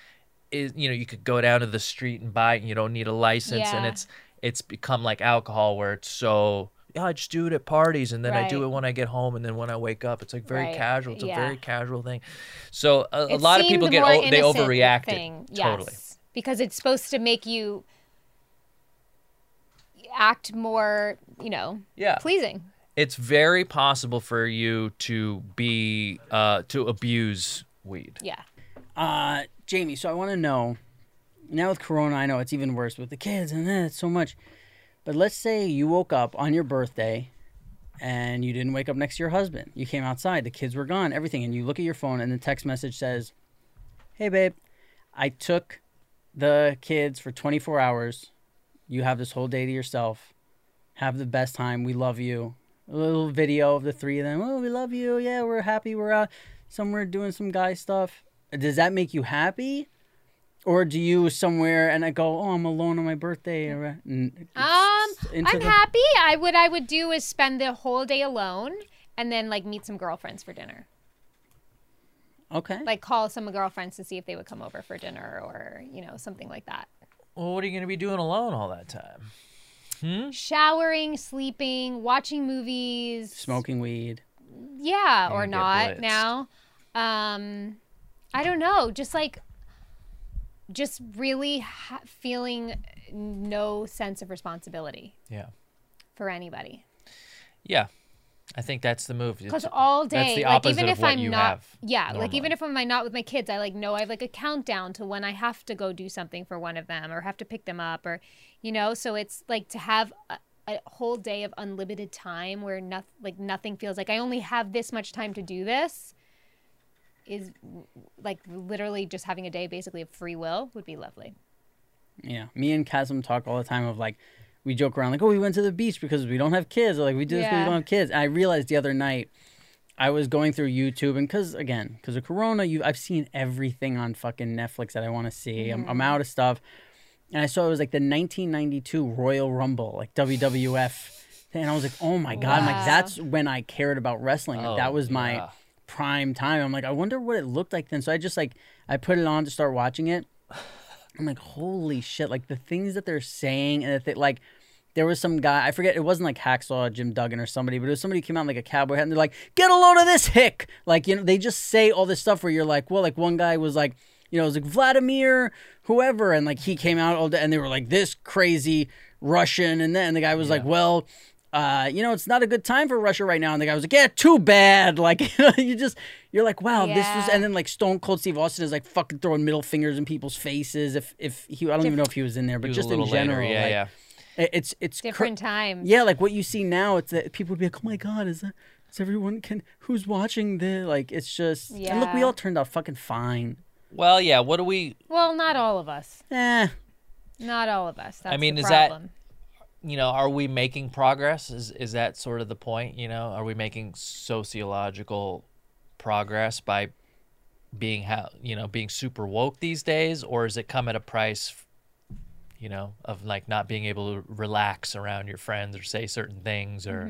S3: is you know you could go down to the street and buy it and you don't need a license and
S2: Yeah.
S3: it's it's become like alcohol where it's so yeah, I just do it at parties and then I do
S2: Right.
S3: it when I get home and then when I wake up it's like very
S2: Right.
S3: casual it's
S2: Yeah.
S3: a very casual thing so a, a
S2: It
S3: lot of people
S2: seemed
S3: get
S2: more
S3: o- they
S2: innocent
S3: overreact
S2: thing,
S3: it totally
S2: yes, because it's supposed to make you act more, you know,
S3: Yeah.
S2: pleasing.
S3: it's very possible for you to be uh, to abuse weed.
S2: Yeah.
S1: Uh, Jamie, so I want to know now with Corona, I know it's even worse with the kids and that, it's so much. But let's say you woke up on your birthday and you didn't wake up next to your husband. You came outside, the kids were gone, everything. And you look at your phone and the text message says, Hey, babe, I took the kids for 24 hours. You have this whole day to yourself. Have the best time. We love you. A little video of the three of them. Oh, we love you. Yeah, we're happy. We're out somewhere doing some guy stuff. Does that make you happy? Or do you somewhere and I go, oh, I'm alone on my birthday? or- n-
S2: Mm. Um,
S1: s- into
S2: I'm
S1: the-
S2: happy. I would. I would do is spend the whole day alone and then like meet some girlfriends for dinner.
S1: Okay.
S2: Like call some girlfriends to see if they would come over for dinner or you know something like that.
S3: Well, what are you going to be doing alone all that time?
S2: Showering, sleeping, watching movies,
S1: Smoking weed.
S2: Yeah, or
S3: get
S2: not
S3: blitzed.
S2: now. Um, I don't know. Just like, just really ha- feeling no sense of responsibility
S3: Yeah,
S2: for anybody.
S3: yeah. I think that's the move.
S2: Because
S3: It's-
S2: all
S3: that's
S2: day,
S3: the
S2: like
S3: opposite
S2: even
S3: of
S2: if
S3: what
S2: I'm
S3: you
S2: not,
S3: have
S2: yeah, like even
S3: normally.
S2: if I'm not with my kids, I like know I have like a countdown to when I have to go do something for one of them or have to pick them up or, you know. So it's like to have a, a whole day of unlimited time where nothing, like nothing feels like I only have this much time to do this. Is like literally just having a day basically of free will would be lovely.
S1: Yeah. Me and Chasm talk all the time of like, we joke around like, oh, we went to the beach because we don't have kids. Or like, we do this because we
S2: Yeah.
S1: don't have kids. And I realized the other night, I was going through YouTube and because, again, because of Corona, you I've seen everything on fucking Netflix that I want to see. I'm, I'm out of stuff. And I saw it was like the 1992 Royal Rumble, like WWF. And I was like, oh my God. I'm like,
S2: Wow.
S1: that's when I cared about wrestling. Like,
S3: Oh,
S1: that was my
S3: yeah.
S1: prime time. I'm like, I wonder what it looked like then. So I just like, I put it on to start watching it. I'm like, holy shit! Like the things that they're saying, and the thi- like, there was some guy I forget. It wasn't like Hacksaw Jim Duggan or somebody, but it was somebody who came out in like a cowboy hat, and they're like, "Get a load of this hick!" Like you know, they just say all this stuff where you're like, well, like one guy was like, you know, it was like Vladimir whoever, and like he came out all day, and they were like this crazy Russian, and then the guy was like, well. uh, you know, it's not a good time for Russia right now. And the guy was like, yeah, too bad. <laughs> Like, you, know, you just, you're like, wow, this was,
S2: Yeah.
S1: and then like Stone Cold Steve Austin is like fucking throwing middle fingers in people's faces. If, if he, I don't even know if he was in there, but
S3: He was a
S1: just in
S3: little later,
S1: general,
S3: yeah,
S1: like,
S3: yeah.
S1: it- it's, it's cr-
S2: Different times.
S1: yeah, like what you see now, it's that people would be like, "Oh my god, is that is everyone can who's watching the like?" It's just and look, we
S2: Yeah.
S1: all turned out fucking fine.
S3: Well, yeah. What do we?
S2: Well, not all of us.
S1: Eh,
S2: Not all of us. That's
S3: mean,
S2: the
S3: is that-
S2: problem.
S3: You know, are we making progress? Is is that sort of the point? You know, are we making sociological progress by being how you know being super woke these days, or is it come at a price? You know, of like not being able to relax around your friends or say certain things or.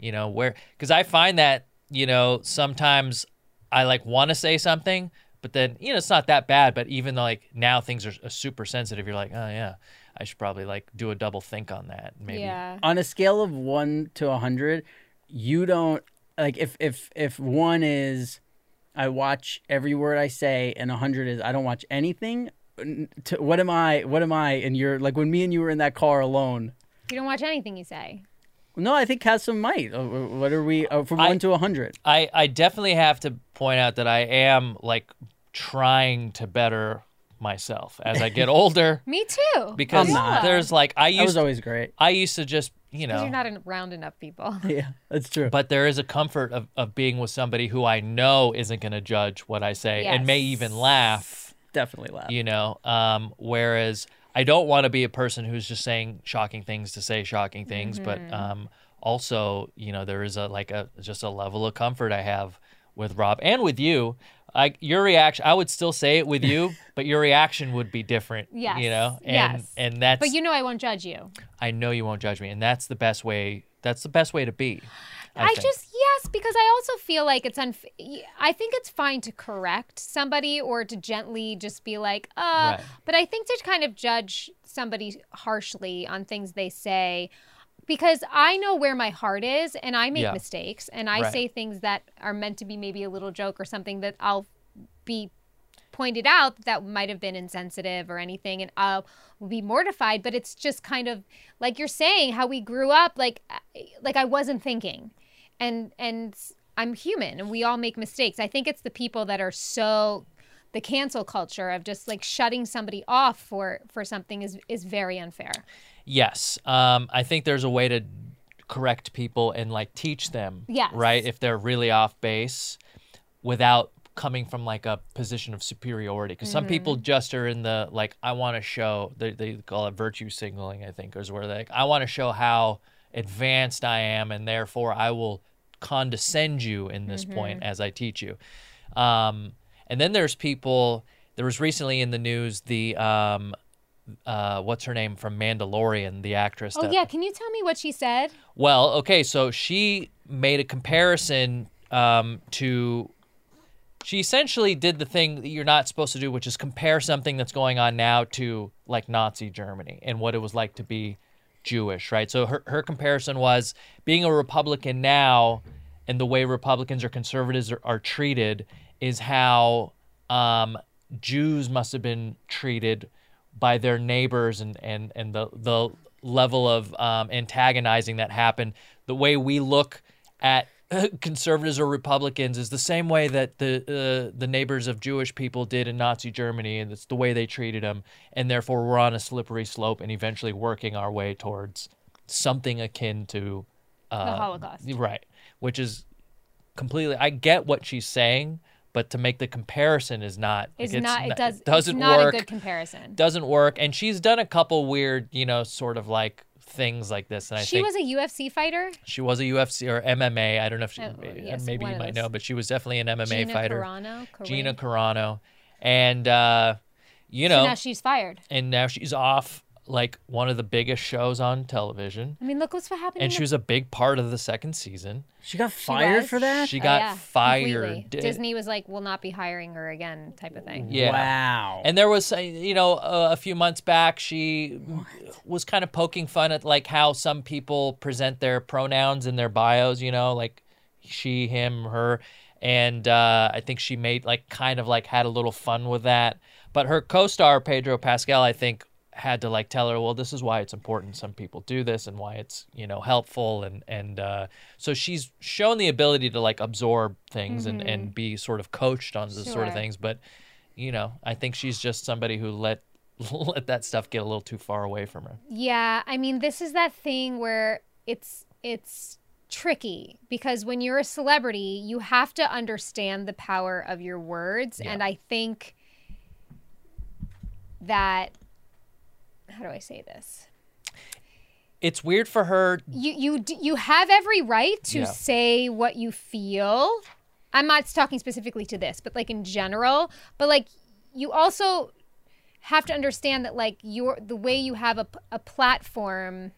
S3: you know where because i find that you know sometimes i like want to say something but then you know it's not that bad but even though, like now things are s- super sensitive you're like oh yeah i should probably like do a double think on that maybe
S2: Yeah.
S1: on a scale of one to a hundred, you don't like if if if one is, I watch every word I say, and a hundred is I don't watch anything. n- To, what am I? What am I? And you're like when me and you were in that car alone.
S2: You don't watch anything you say.
S1: No, I think has some might. Uh, What are we uh, from
S3: I-
S1: one to a hundred?
S3: i i definitely have to point out that i am like trying to better myself as i
S1: <laughs>
S3: get older
S2: Me too.
S3: because
S1: I'm not.
S3: there's like i
S1: That was
S3: used
S1: always great. <laughs>
S3: i used to just you know
S2: Because you're not en- around enough people.
S3: <laughs>
S1: Yeah, that's true.
S3: but there is a comfort of, of being with somebody who I know isn't going to judge what I say and may even
S2: Yes.
S3: laugh,
S1: Definitely laugh.
S3: you know. Um, whereas I don't want to be a person who's just saying shocking things to say shocking things,
S2: Mm-hmm.
S3: but um, also, you know, there is a like a just a level of comfort I have with Rob and with you. Like your reaction, I would still say it
S2: <laughs>
S3: with you, but your reaction would be different.
S2: Yes,
S3: you know, and
S2: yes.
S3: and that's
S2: But you know I won't judge you.
S3: I know you won't judge me, and that's the best way. That's the best way to be. I,
S2: I,
S3: think.
S2: just yes, because I also feel like it's unf- I think it's fine to correct somebody or to gently just be like, uh,
S3: Right.
S2: but I think to kind of judge somebody harshly on things they say because I know where my heart is and I make
S3: Yeah.
S2: mistakes and I
S3: Right.
S2: say things that are meant to be maybe a little joke or something that I'll be pointed out that that might have been insensitive or anything and i'll be mortified but it's just kind of like you're saying how we grew up like I- like i wasn't thinking and and i'm human and we all make mistakes i think it's the people that are so the cancel culture of just like shutting somebody off for for something is is very unfair
S3: Yes. Um, I think there's a way to correct people and like teach them.
S2: Yes.
S3: Right? If they're really off base without coming from like a position of superiority. Because some people just are in the like, I want to show, they, they call it virtue signaling, I think, is where they like, I want to show how advanced I am and therefore I will condescend you in this point as I teach you. Um, and then there's people, there was recently in the news the, um, uh, what's her name from Mandalorian, the actress.
S2: oh
S3: that-
S2: yeah can you tell me what she said
S3: Well, okay, so she made a comparison um, to. She essentially did the thing that you're not supposed to do, which is compare something that's going on now to like Nazi Germany and what it was like to be Jewish, right? So her, her comparison was being a Republican now and the way Republicans or conservatives are, are treated is how um, Jews must have been treated by their neighbors and and and the the level of um, antagonizing that happened. The way we look at <laughs> conservatives or Republicans is the same way that the uh, the neighbors of Jewish people did in Nazi Germany, and it's the way they treated them, and therefore we're on a slippery slope and eventually working our way towards something akin to uh,
S2: Holocaust.
S3: right? Which is completely. I get what she's saying. But to make the comparison is not like,
S2: it's,
S3: it's
S2: not it
S3: not-
S2: does it's
S3: doesn't
S2: not
S3: work
S2: a good comparison
S3: doesn't work. And she's done a couple weird, you know, sort of like things like this. And I
S2: she
S3: think
S2: was a ufc fighter
S3: she was a UFC or MMA. I don't know if she,
S2: Oh,
S3: maybe,
S2: yes,
S3: maybe
S2: one
S3: you
S2: of
S3: might
S2: those.
S3: know, but she was definitely an MMA
S2: gina
S3: fighter.
S2: carano Carano?
S3: Gina Carano. And, uh, you
S2: So
S3: know,
S2: now she's fired
S3: and now she's off like one of the biggest shows on television.
S2: i mean look what's what happened
S3: And
S2: in
S3: she was a big part of the second season.
S1: She got fired
S2: was?
S1: for that?
S3: She
S2: Oh,
S3: got
S2: yeah,
S3: fired.
S2: completely. Disney was like, "We'll not be hiring her again," type of thing.
S3: Yeah.
S1: Wow.
S3: And there was, uh, you know, uh, a few months back, she was kind of poking fun at like how some people present their pronouns in their bios, you know, like she, him, her. And uh, I think she made like kind of like had a little fun with that. But her co star, Pedro Pascal, I think had to like tell her, well, this is why it's important. Some people do this, and why it's you know helpful, and and uh, so she's shown the ability to like absorb things and and be sort of coached on those sort
S2: Sure.
S3: of things. But you know, I think she's just somebody who let <laughs> let that stuff get a little too far away from her.
S2: Yeah, I mean, this is that thing where it's it's tricky because when you're a celebrity, you have to understand the power of your words,
S3: Yeah.
S2: and I think that how do I say this?
S3: It's weird for her.
S2: You you d- you have every right to
S3: Yeah.
S2: say what you feel. I'm not talking specifically to this, but like in general, but like you also have to understand that like your the way you have a, p- a platform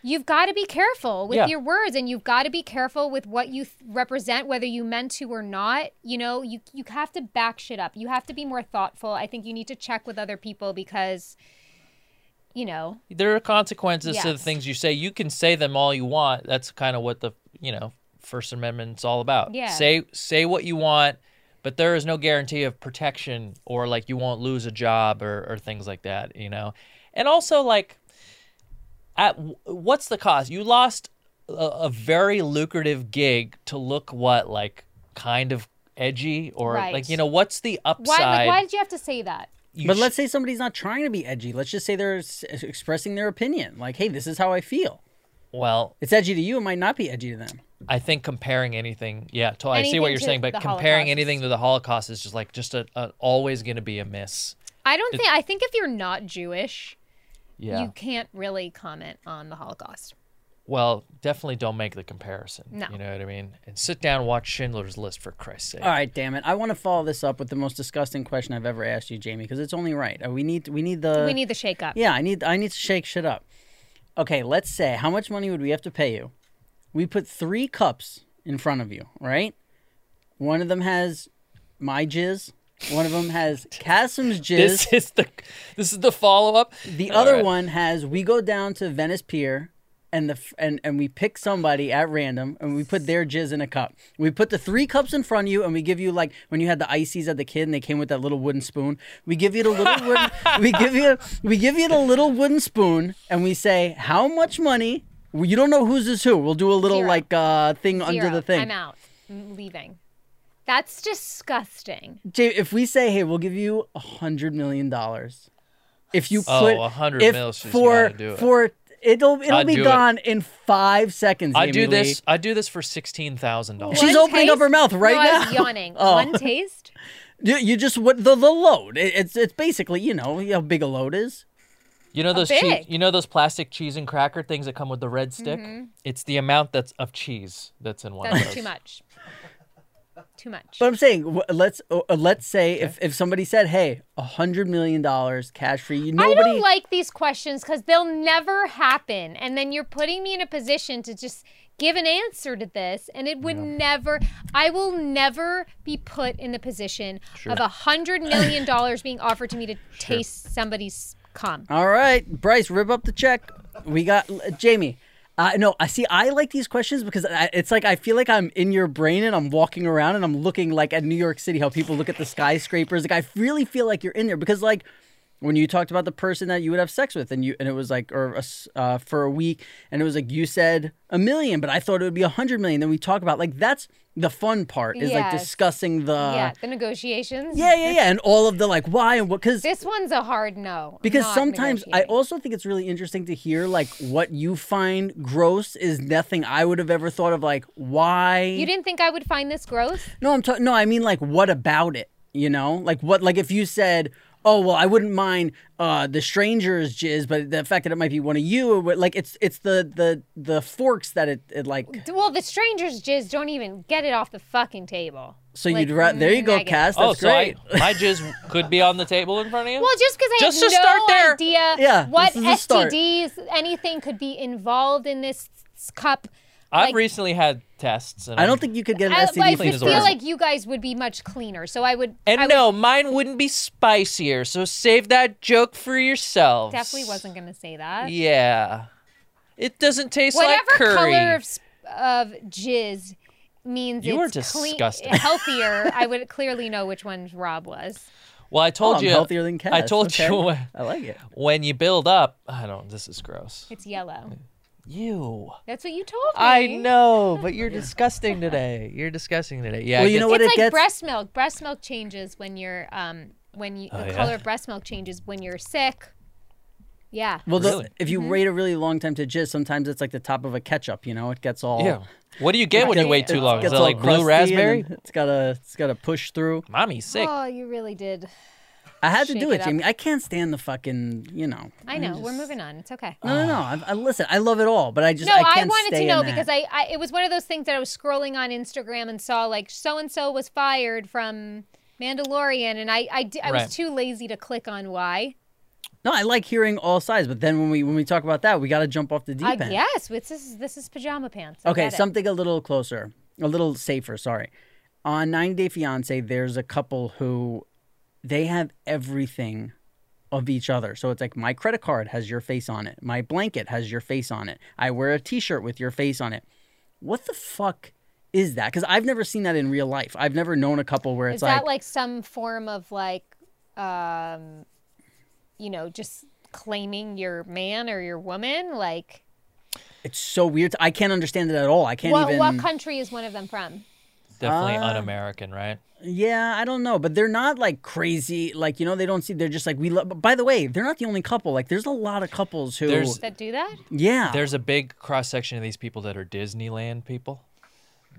S2: you've got to be careful with
S3: Yeah.
S2: your words and you've got to be careful with what you th- represent whether you meant to or not you know you you have to back shit up you have to be more thoughtful i think you need to check with other people because you know
S3: There are consequences to the
S2: Yes.
S3: things you say. You can say them all you want. That's kind of what the you know First Amendment's all about.
S2: Yeah.
S3: Say say what you want, but there is no guarantee of protection or like you won't lose a job or or things like that. You know, and also like, at what's the cost? You lost a, a very lucrative gig to look what like kind of edgy or
S2: Right.
S3: like you know what's the
S2: why
S3: upside?
S2: like why did you have to say that
S3: You
S1: but
S3: sh-
S1: let's say somebody's not trying to be edgy. Let's just say they're s- expressing their opinion. Like, hey, this is how I feel.
S3: well.
S1: It's edgy to you. It might not be edgy to them.
S3: I think comparing anything, yeah, to, I see
S2: Anything
S3: what you're
S2: to
S3: saying, but
S2: the
S3: comparing
S2: Holocaust.
S3: anything to the Holocaust is just like just a, a always going to be a miss.
S2: i don't think i think if you're not jewish
S3: Yeah.
S2: you can't really comment on the holocaust
S3: Well, definitely don't make the comparison.
S2: No.
S3: You know what I mean? And sit down, watch Schindler's List for Christ's sake.
S1: All right, damn it. I want to follow this up with the most disgusting question I've ever asked you, Jamie, because it's only right. Uh, We need we need the
S2: we need the shake up
S1: Yeah, I need I need to shake shit up. Okay, let's say how much money would we have to pay you? We put three cups in front of you, right? One of them has my jizz. One of them has Casim's jizz.
S3: This is the this is the follow up.
S1: The other one has we go down to Venice Pier and the f- and and we pick somebody at random and we put their jizz in a cup. We put the three cups in front of you and we give you like when you had the ices at the kid and they came with that little wooden spoon. We give you the little
S2: <laughs>
S1: wooden we give you we give you the little wooden spoon and we say how much money. You don't know whose is who. We'll do a little
S2: Zero.
S1: like uh thing under
S2: Zero.
S1: the thing.
S2: I'm out. I'm leaving. That's disgusting.
S1: Jay, if we say, "Hey, we'll give you a hundred million dollars," if you
S3: Oh,
S1: put
S3: a hundred
S1: if
S3: mil, she's
S1: for
S3: gotta do it.
S1: for it'll it'll
S3: I'd
S1: be
S3: do it.
S1: gone in five seconds.
S3: I do
S1: Jamie Lee.
S3: this. I do this for sixteen thousand dollars.
S1: She's opening up her mouth right
S2: no, I was
S1: now.
S2: yawning.
S1: <laughs> Oh.
S2: One taste?
S1: You, you just what the the load. It- it's it's basically you know how big a load is.
S3: You know those
S2: big. Mm-hmm.
S3: cheese, you know those plastic cheese and cracker things that come with the red stick. It's the amount that's of cheese that's in one. of
S2: That's
S3: those.
S2: too much. Too much.
S1: But I'm saying wh- let's uh, uh, let's say if if somebody said, "Hey, a hundred million dollars cash free," you nobody.
S2: I don't like these questions because they'll never happen. And then you're putting me in a position to just give an answer to this. And it would never, I will never be put in the position of a $100 million being offered to me to taste somebody's cum.
S1: All right, Bryce, rip up the check. We got Jamie. Uh, no, I see. I like these questions because I, it's like I feel like I'm in your brain and I'm walking around and I'm looking like at New York City how people look at the skyscrapers. Like I really feel like you're in there because like when you talked about the person that you would have sex with and you and it was like or a s uh, for a week and it was like you said a million, but I thought it would be a hundred million. Then we talk about like that's the fun part is like
S2: Yes.
S1: discussing the
S2: yeah,
S1: yeah.
S2: the negotiations.
S1: Uh-huh. yeah yeah and all of the like why and what because
S2: This one's a hard no. I'm
S1: because
S2: not
S1: sometimes I
S2: negotiating.
S1: also think it's really interesting to hear like what you find gross is nothing I would have ever thought of. Like why?
S2: You didn't think I would find this gross?
S1: no, I'm ta- no, I mean like what about it? You know, like what? Like if you said, oh well, I wouldn't mind uh the stranger's jizz, but the fact that it might be one of you, or what, like it's it's the the the forks that it, it like.
S2: D- Well, the stranger's jizz don't even get it off the fucking table.
S1: So
S2: Like, mm,
S1: you'd ra- there you go,
S2: negative.
S1: Cass. That's
S3: Oh, so I,
S1: great.
S3: my jizz could be on the table in front of you.
S2: Well, just because I
S3: Just
S2: have
S3: to
S2: no
S3: start there.
S2: idea
S1: Yeah,
S2: what
S1: this is a start.
S2: STDs, anything could be involved in this s- cup.
S3: I've
S2: like-
S3: recently had tests, and
S1: I
S3: I'm-
S1: don't think you could get an
S2: I,
S1: STD.
S2: I
S1: from
S3: Clean
S1: this
S2: just
S3: as a
S2: feel
S3: whistle.
S1: person.
S2: like you guys would be much cleaner, so I would.
S3: And
S2: I would-
S3: no, mine wouldn't be spicier, so save that joke for yourselves.
S2: definitely wasn't going to say that.
S3: Yeah. It doesn't taste
S2: Whatever
S3: like curry.
S2: color of, s- of jizz means
S3: You are
S2: it's clean-
S3: disgusting.
S2: healthier. I would clearly know which one Rob was.
S3: Well, I told
S1: Oh, I'm
S3: you
S1: healthier than cats.
S3: I told
S1: okay.
S3: you when,
S1: I like it.
S3: when you build up. I don't. This is gross.
S2: It's yellow.
S3: You.
S2: That's what you told me.
S3: <laughs> I know, but you're disgusting today. You're disgusting today. Yeah. I
S1: Well, you
S3: get-
S1: know what
S2: It's
S1: it
S2: like
S1: gets?
S2: breast milk. Breast milk changes when you're um when you
S3: Oh,
S2: the
S3: yeah?
S2: color of breast milk changes when you're sick. Yeah.
S1: Well, the,
S3: Really?
S1: if you
S2: Mm-hmm.
S1: wait a really long time to jizz, sometimes it's like the top of a ketchup. You know, it gets all
S3: Yeah. What do you get when you wait too
S2: It's-
S3: long? Is
S1: gets
S3: it
S1: all
S3: like
S1: crusty
S3: blue
S1: and
S3: raspberry?
S1: then It's gotta it's gotta push through.
S3: Mommy's sick.
S2: Oh, you really did.
S1: I had to
S2: Shake
S1: do
S2: it
S1: it,
S2: up.
S1: Jamie. I can't stand the fucking you know.
S2: I know. We're moving on. It's okay.
S1: No, no, no.
S3: Ah.
S1: I, I listen. I love it all, but I just
S2: No,
S1: I
S2: I,
S1: can't
S2: wanted
S1: stay
S2: to
S1: in
S2: know
S1: that.
S2: because I, I it was one of those things that I was scrolling on Instagram and saw like so and so was fired from Mandalorian, and I I, di- I
S3: Right.
S2: was too lazy to click on why.
S1: no, I like hearing all sides, but then when we when we talk about that, we got to jump off the deep
S2: I,
S1: end.
S2: yes, this is this is pajama pants. I
S1: Okay,
S2: get it.
S1: something a little closer, a little safer. Sorry. On Nine Day Fiance, there's a couple who they have everything of each other. So it's like my credit card has your face on it, my blanket has your face on it, I wear a T-shirt with your face on it. What the fuck is that? Because I've never seen that in real life. I've never known a couple where it's
S2: is
S1: like,
S2: that like some form of like, um, you know, just claiming your man or your woman? Like,
S1: it's so weird. I can't understand it at all. I can't
S2: what
S1: even.
S2: what country is one of them from?
S3: Definitely
S1: Ah.
S3: un-American, right?
S1: Yeah, I don't know, but they're not like crazy. Like you know, they don't see. They're just like we love. By the way, they're not the only couple. Like there's a lot of couples who.
S3: There's-
S2: That do that?
S1: yeah,
S3: There's a big cross section of these people that are Disneyland people.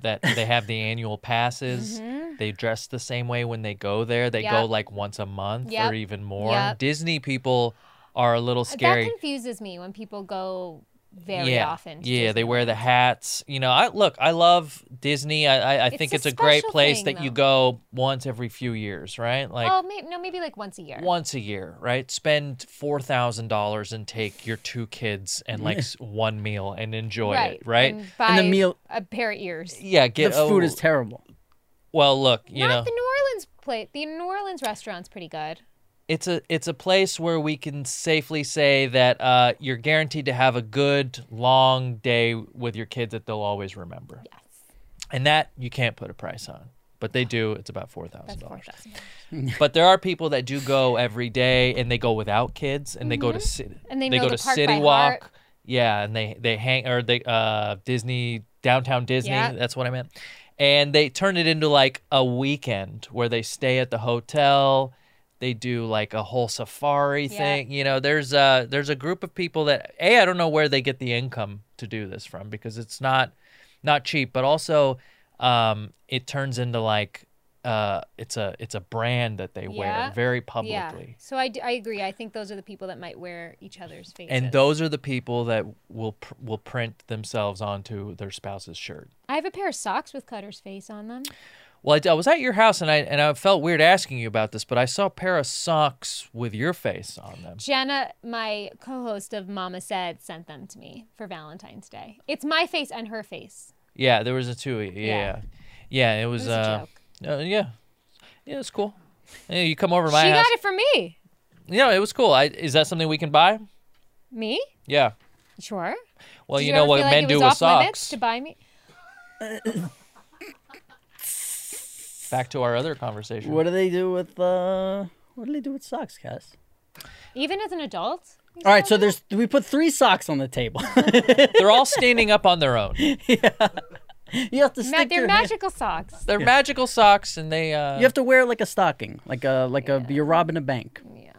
S3: That they have the
S2: <laughs>
S3: annual passes. They dress the same way when they go there. They go
S2: Mm-hmm. Yep.
S3: like once a month
S2: Yep.
S3: or even more.
S2: Yep.
S3: Disney people are a little scary.
S2: That confuses me when people go very
S3: yeah.
S2: often. to
S3: Yeah, they wear the
S2: Disneyland.
S3: hats. You know, I look, I love Disney. I I, I
S2: It's
S3: think
S2: a
S3: it's a great
S2: special
S3: place
S2: thing,
S3: that you
S2: though.
S3: go once every few years, right? Like
S2: oh, maybe, no, maybe like once a year.
S3: once a year, right? Spend four thousand dollars and take your two kids and like s- one meal and enjoy it, right?
S2: And, buy
S1: the meal-
S2: a pair of ears.
S3: yeah,
S1: the
S3: get
S1: food
S3: oh,
S1: is terrible.
S3: well. Look, you
S2: Not
S3: know,
S2: the New Orleans plate. The New Orleans restaurant's pretty good.
S3: it's a it's a place where we can safely say that uh, you're guaranteed to have a good long day with your kids that they'll always remember. Yes, and that you can't put a price on, but they do. It's about four
S2: That's
S3: thousand
S2: four
S3: dollars.
S2: thousand.
S3: <laughs> But there are people that do go every day, and they go without kids, and they go to city,
S2: Mm-hmm. And they know
S3: go
S2: the
S3: to
S2: park
S3: City
S2: by
S3: Walk,
S2: heart.
S3: yeah, and they they hang or they uh Disney downtown Disney,
S2: Yeah.
S3: that's what I meant, and they turn it into like a weekend where they stay at the hotel, they do like a whole safari
S2: Yeah.
S3: thing, you know. There's a there's a group of people that a I don't know where they get the income to do this from because it's not not cheap, but also um, it turns into like uh, it's a it's a brand that they wear
S2: Yeah.
S3: very
S2: Yeah.
S3: publicly.
S2: So I, d- I agree. I think those are the people that might wear each other's faces.
S3: And those are the people that will pr- will print themselves onto their spouse's shirt.
S2: I have a pair of socks with Cutter's face on them.
S3: Well, I d- I, was at your house and I and I felt weird asking you about this, but I saw a pair of socks with your face on them.
S2: Jenna, my co-host of Mama Said, sent them to me for Valentine's Day. It's my face and her face.
S3: Yeah, there was a two. Yeah, yeah,
S2: Yeah.
S3: it was.
S2: was a
S3: uh, uh, yeah, yeah, it's cool. Yeah, you come over to my
S2: she
S3: house.
S2: got it for me.
S3: Yeah, it was cool. I, is that something we can buy?
S2: Me?
S3: Yeah.
S2: Sure.
S3: Well,
S2: Did
S3: you know
S2: ever
S3: what
S2: feel like
S3: men
S2: it
S3: do
S2: was
S3: with
S2: off limits
S3: socks.
S2: To buy me.
S3: Back to our other conversation.
S1: What do they do with uh? What do they do with socks, Cass?
S2: Even as an adult? you
S1: All right, so
S2: still do
S1: there's we put three socks on the table. <laughs>
S3: They're all standing up on their own.
S1: you have to
S2: it?
S1: stick
S2: Ma- they're
S1: your hand-
S2: magical socks.
S3: They're magical socks, and they. Uh,
S1: You have to wear like a stocking, like a like a you're robbing a bank.
S2: Yeah.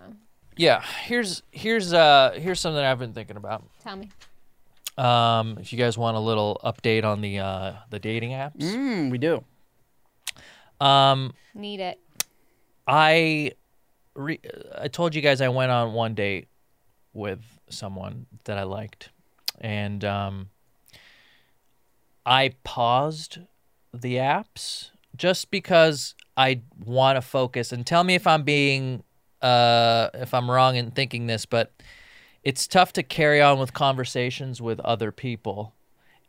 S3: Yeah. Here's here's uh here's something I've been thinking about.
S2: Tell me.
S3: Um, if you guys want a little update on the uh the dating apps,
S1: Mm, we do.
S3: um,
S2: Need it.
S3: I, re- I told you guys I went on one date with someone that I liked, and um, I paused the apps just because I want to focus. And tell me if I'm being, uh, if I'm wrong in thinking this, but it's tough to carry on with conversations with other people,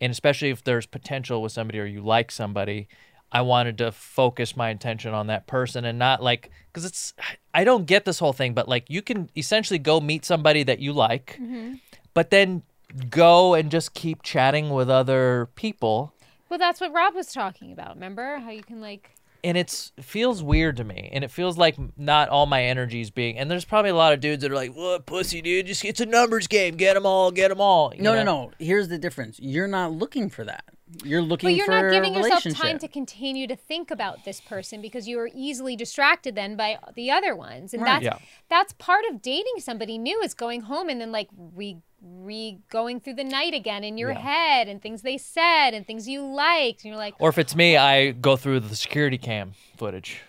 S3: and especially if there's potential with somebody or you like somebody. I wanted to focus my attention on that person and not like because it's I don't get this whole thing, but like you can essentially go meet somebody that you like,
S1: Mm-hmm.
S3: but then go and just keep chatting with other people.
S2: Well, that's what Rob was talking about. Remember how you can like
S3: and it's feels weird to me and it feels like not all my energy is being and there's probably a lot of dudes that are like what pussy dude just it's a numbers game get them all get them all you
S1: No,
S3: know?
S1: no, no. Here's the difference. You're not looking for that. You're looking
S2: But you're
S1: for
S2: not giving
S1: a
S2: yourself
S1: relationship.
S2: time to continue to think about this person because you are easily distracted then by the other ones, and
S1: Right.
S2: that's that's part of dating somebody new is going home and then like re re going through the night again in your
S3: Yeah.
S2: head and things they said and things you liked, and you're like,
S3: or if it's me i go through the security cam footage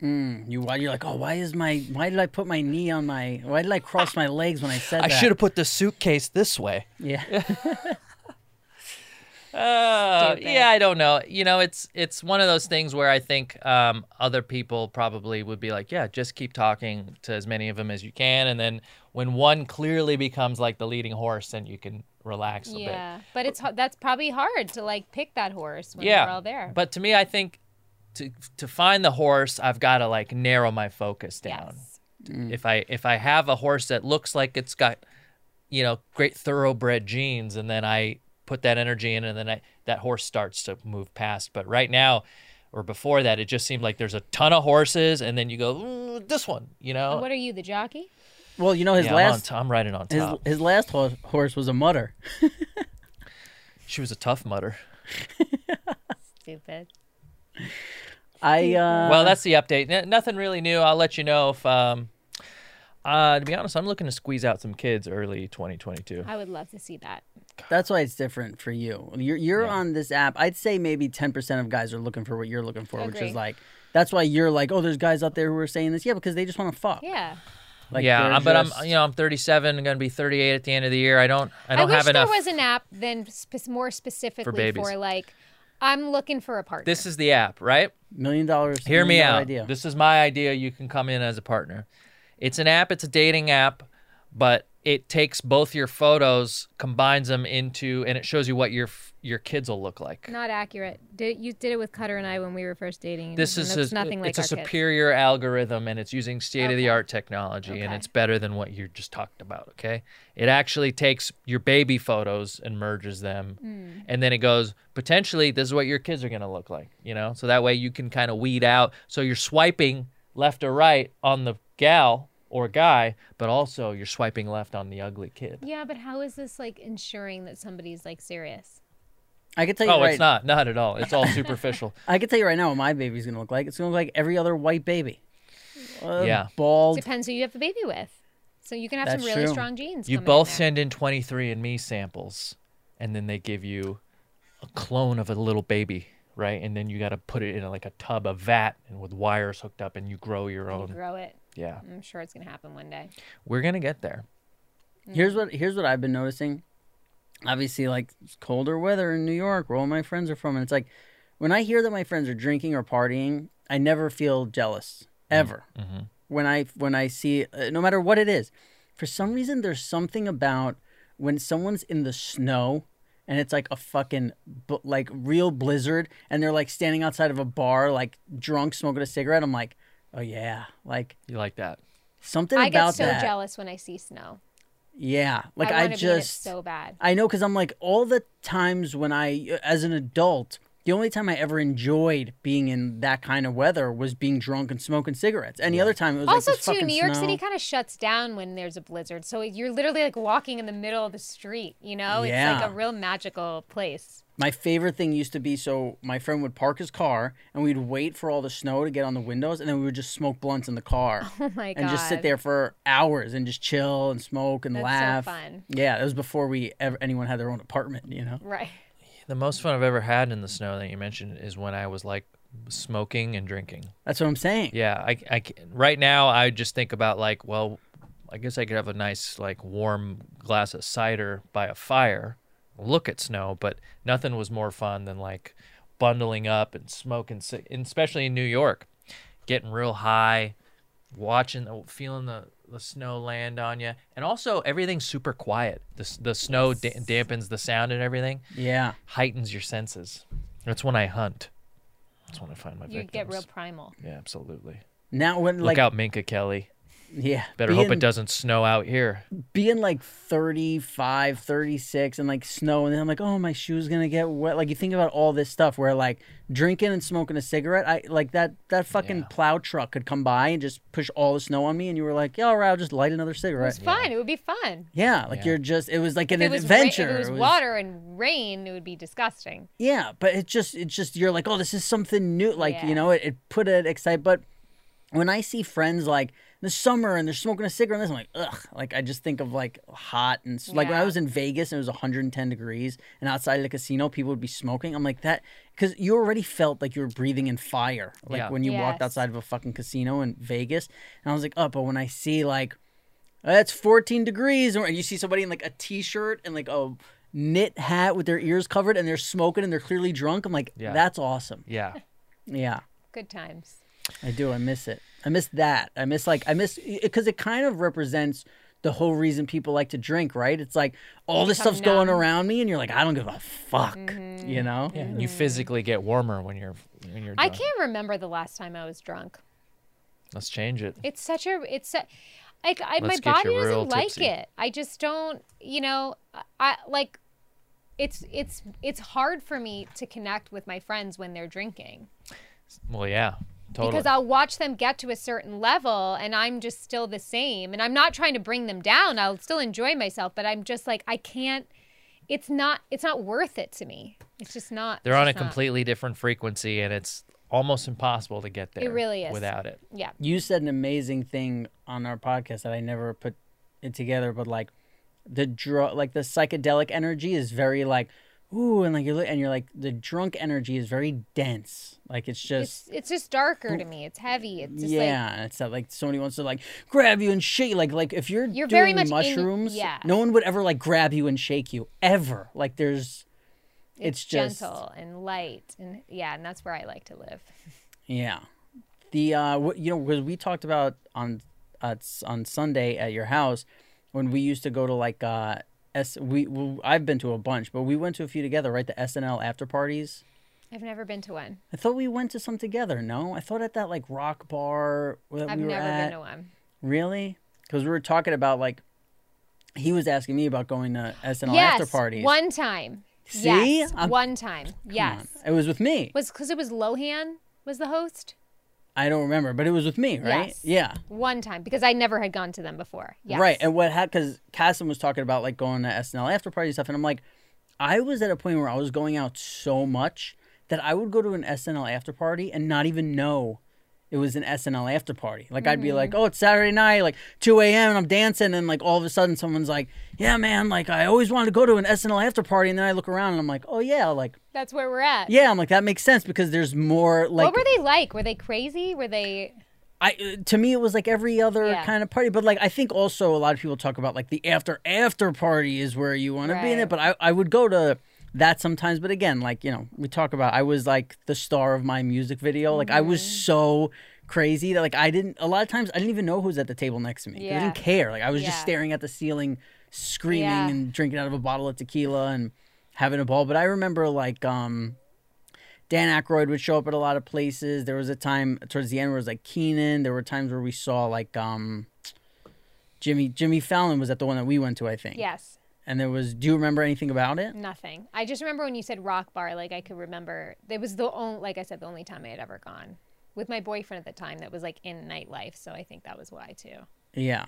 S1: You why you're like, oh, why is my why did I put my knee on my why did I cross my legs when I said
S3: i
S1: that?
S3: should have put the suitcase this way <laughs>
S1: Yeah.
S3: Uh,
S2: Stupid.
S3: yeah, I don't know. You know, it's it's one of those things where I think um, other people probably would be like, yeah, just keep talking to as many of them as you can, and then when one clearly becomes like the leading horse, then you can relax a bit.
S2: yeah, but it's ho- that's probably hard to like pick that horse when
S3: yeah,
S2: you're all there.
S3: But to me, I think to to find the horse, I've got to like narrow my focus down.
S2: yes,
S3: If I if I have a horse that looks like it's got, you know, great thoroughbred genes, and then I put that energy in, and then I, that horse starts to move past. But right now, or before that, it just seemed like there's a ton of horses, and then you go "Ooh, this one, you know.
S2: And what are you, the jockey?
S1: Well, you know his
S3: yeah, I'm, on
S1: last
S3: t- I'm riding on
S1: his,
S3: top.
S1: his last horse, horse was a mutter.
S3: She was a tough mutter.
S2: Stupid.
S1: I uh
S3: well, that's the update. N- nothing really new. I'll let you know if. Um, uh, to be honest, I'm looking to squeeze out some kids early 2022.
S2: I would love to see that.
S1: that's why it's different for you. You're you're on this app. I'd say maybe 10% of guys are looking for what you're looking for, which
S2: Agree.
S1: is like that's why you're like, oh, there's guys out there who are saying this. Yeah, because they just want to fuck.
S2: Yeah.
S1: Like,
S3: yeah,
S1: they're
S3: I'm- but
S1: just-
S3: I'm you know I'm 37. I'm gonna be 38 at the end of the year. I don't I don't
S2: wish
S3: have enough.
S2: there was an app then spe- more specifically for,
S3: babies.
S2: like I'm looking for a partner.
S3: This is the app, right?
S1: million dollars.
S3: Hear me
S1: million
S3: out.
S1: dollar Idea.
S3: This is my idea. You can come in as a partner. It's an app. It's a dating app, but it takes both your photos, combines them into, and it shows you what your f- your kids will look like.
S2: not accurate. Did, you did it with Cutter and I when we were first dating.
S3: this
S2: and
S3: is
S2: looks
S3: a,
S2: nothing like
S3: it's
S2: our
S3: a superior algorithm and it's using state of the art technology and
S2: Okay.
S3: it's better than what you just talked about okay it actually takes your baby photos and merges them
S2: Hmm.
S3: and then it goes potentially this is what your kids are going to look like you know so that way you can kind of weed out so you're swiping left or right on the gal or guy but also you're swiping left on the ugly kid
S2: Kids. Yeah, but how is this like ensuring that somebody's like serious?
S1: I could tell you
S3: oh
S1: right.
S3: it's not not at all it's all superficial
S1: I could tell you right now what my baby's gonna look like. It's gonna look like every other white baby. Uh,
S3: Yeah.
S1: Bald.
S2: Depends who you have the baby with. So you can have
S1: That's
S2: some really
S1: true.
S2: strong genes.
S3: You
S2: coming in
S3: both
S2: there.
S3: send in 23andMe samples, and then they give you a clone of a little baby, right? And then you got to put it in like a tub, a vat, and with wires hooked up, and you grow your
S2: You
S3: own.
S2: grow it.
S3: Yeah,
S2: I'm sure it's gonna happen one day.
S3: we're gonna get there.
S1: Here's what here's what I've been noticing. Obviously, like it's colder weather in New York, where all my friends are from, and it's like when I hear that my friends are drinking or partying, I never feel jealous ever. When I when I see, uh, no matter what it is, for some reason there's something about when someone's in the snow and it's like a fucking bl- like real blizzard, and they're like standing outside of a bar, like drunk, smoking a cigarette. I'm like, oh yeah, like
S3: You like that?
S1: something
S2: I
S1: about
S2: get so
S1: that.
S2: jealous when I see snow.
S1: Yeah, like
S2: I
S1: I,
S2: want to be in it
S1: just
S2: so bad.
S1: I know because I'm like all the times when I, uh, as an adult, the only time I ever enjoyed being in that kind of weather was being drunk and smoking cigarettes. Any other time it was
S2: Also,
S1: like this
S2: too,
S1: fucking
S2: New York
S1: snow.
S2: City kind of shuts down when there's a blizzard, so you're literally like walking in the middle of the street. You know, it's
S1: Yeah.
S2: like a real magical place.
S1: My favorite thing used to be so my friend would park his car and we'd wait for all the snow to get on the windows and then we would just smoke blunts in the car
S2: <laughs> Oh my god!
S1: and just sit there for hours and just chill and smoke and
S2: That's so
S1: laugh.
S2: fun.
S1: Yeah, it was before we ever anyone had their own apartment. You know.
S2: Right.
S3: The most fun I've ever had in the snow that you mentioned is when I was like smoking and drinking.
S1: That's what I'm saying.
S3: Yeah, I, I c- right now I just think about like, well, I guess I could have a nice like warm glass of cider by a fire, look at snow, but nothing was more fun than like bundling up and smoking, ci- and especially in New York, getting real high, watching, the, feeling the the snow land on you, and also everything's super quiet. The s- the snow da- dampens the sound and everything,
S1: Yeah.
S3: heightens your senses. That's when I hunt. That's when I find my
S2: You
S3: victims.
S2: get real primal.
S3: yeah, absolutely.
S1: Now when like
S3: Look out, Minka Kelly.
S1: Yeah.
S3: Better hope it doesn't snow out here.
S1: Being like 35, 36 and like snow and then I'm like, "Oh, my shoes going to get wet." Like you think about all this stuff where like drinking and smoking a cigarette, I like that that fucking
S3: Yeah.
S1: plow truck could come by and just push all the snow on me and you were like, "Yeah, all right, I'll just light another
S2: It was
S1: cigarett."
S2: fun. It would be fun.
S1: Yeah, like
S3: Yeah.
S1: you're just it was like an
S2: If it was ra-
S1: adventure.
S2: if it was
S1: It was-
S2: water and rain, it would be disgusting.
S1: Yeah, but it just it just you're like, oh, this is something new. Like
S2: Yeah.
S1: you know, it, it put it excite. But when I see friends like in the summer and they're smoking a cigarette, and this, I'm like, ugh. Like I just think of like hot and s like when I
S2: Yeah.
S1: was in Vegas and it was 110 degrees and outside the casino people would be smoking. I'm like that because you already felt like you were breathing in fire. Like
S3: Yeah.
S1: when you walked
S2: Yes.
S1: outside of a fucking casino in Vegas, and I was like, oh, but when I see like Uh, that's 14 degrees or and you see somebody in like a t-shirt and like a knit hat with their ears covered and they're smoking and they're clearly drunk i'm like
S3: Yeah.
S1: that's awesome
S3: Yeah.
S1: yeah
S2: Good times.
S1: i do i miss it i miss that i miss like i miss because it kind of represents the whole reason people like to drink right it's like all this
S2: Become
S1: stuff's going
S2: numb.
S1: around me and you're like i don't give a fuck you know
S3: Yeah. You physically get warmer when you're when you're.
S2: Mm. I
S3: drunk.
S2: can't remember the last time I was drunk.
S3: Let's change it.
S2: It's such a it's a, like I, my
S3: Let's get
S2: body
S3: you real
S2: doesn't like
S3: tipsy.
S2: it. I just don't, you know, I- I like it's it's it's hard for me to connect with my friends when they're drinking
S3: Well, yeah. Totally.
S2: because I'll watch them get to a certain level and I'm just still the same and I'm not trying to bring them down. I'll still enjoy myself, but I'm just like I can't it's not it's not worth it to me. It's just not
S3: They're
S2: it's
S3: on a
S2: just not.
S3: completely different frequency, and it's almost impossible to get there.
S2: really is.
S3: without it.
S2: yeah.
S1: you said an amazing thing on our podcast that I never put it together, but like the draw, like the psychedelic energy is very like, ooh, and like you're li- and you're like the drunk energy is very dense. Like it's just.
S2: It's it's just darker to me. It's heavy. It's just like
S1: yeah, and it's not like somebody wants to like grab you and shake like like if you're
S2: You're
S1: doing
S2: very much in-
S1: mushrooms,
S2: yeah.
S1: no one would ever like grab you and shake you ever. Like there's,
S2: it's,
S1: it's just
S2: gentle and light and yeah and that's where i like to live
S1: Yeah, the uh, what you know, because we talked about on uh, s- on Sunday at your house when we used to go to like uh, S. We well, I've been to a bunch, but we went to a few together, right? The SNL after parties.
S2: i've never been to one
S1: I thought we went to some together. No, I thought at that like rock bar that
S2: i've
S1: we were
S2: never
S1: at.
S2: been to one
S1: Really? Because we were talking about like he was asking me about going to SNL
S2: yes
S1: after parties.
S2: one time
S1: See?
S2: yes
S1: I'm-
S2: one time
S1: Come on.
S2: yes
S1: it was with me.
S2: was because it was lohan was the host
S1: I don't remember, but it was with me, right?
S2: Yes.
S1: Yeah.
S2: one time because i never had gone to them before yes.
S1: Right. And what happened, because Cassim was talking about like going to SNL after party stuff. And I'm like, I was at a point where I was going out so much that I would go to an SNL after party and not even know it was an SNL after party. Like, I'd be like, oh, it's Saturday night, like 2 a.m., and I'm dancing. And like, all of a sudden, someone's like, yeah, man, like, I always wanted to go to an SNL after party. And then I look around and I'm like, oh, yeah, like,
S2: that's where we're at
S1: yeah, I'm like, that makes sense because there's more like.
S2: what were they like were they crazy were they
S1: I uh, to me it was like every other
S2: Yeah.
S1: kind of party, but like I think also a lot of people talk about like the after after party is where you want to be in it.
S2: Right.
S1: But I I would go to that sometimes. But again, like you know we talk about I was like the star of my music video. Like I
S2: Mm-hmm.
S1: was so crazy that like I didn't a lot of times I didn't even know who was at the table next to me. I
S2: Yeah.
S1: didn't care. Like I was just
S2: Yeah.
S1: staring at the ceiling, screaming
S2: Yeah.
S1: and drinking out of a bottle of tequila and having a ball. But I remember like um. Dan Aykroyd would show up at a lot of places. There was a time towards the end where it was like Keenan. There were times where we saw like um, Jimmy Jimmy Fallon was at the one that we went to, I think.
S2: yes
S1: And there was. Do you remember anything about it?
S2: nothing i just remember when you said rock bar like i could remember it was the only like i said the only time i had ever gone with my boyfriend at the time that was like in nightlife so i think that was why too
S1: Yeah.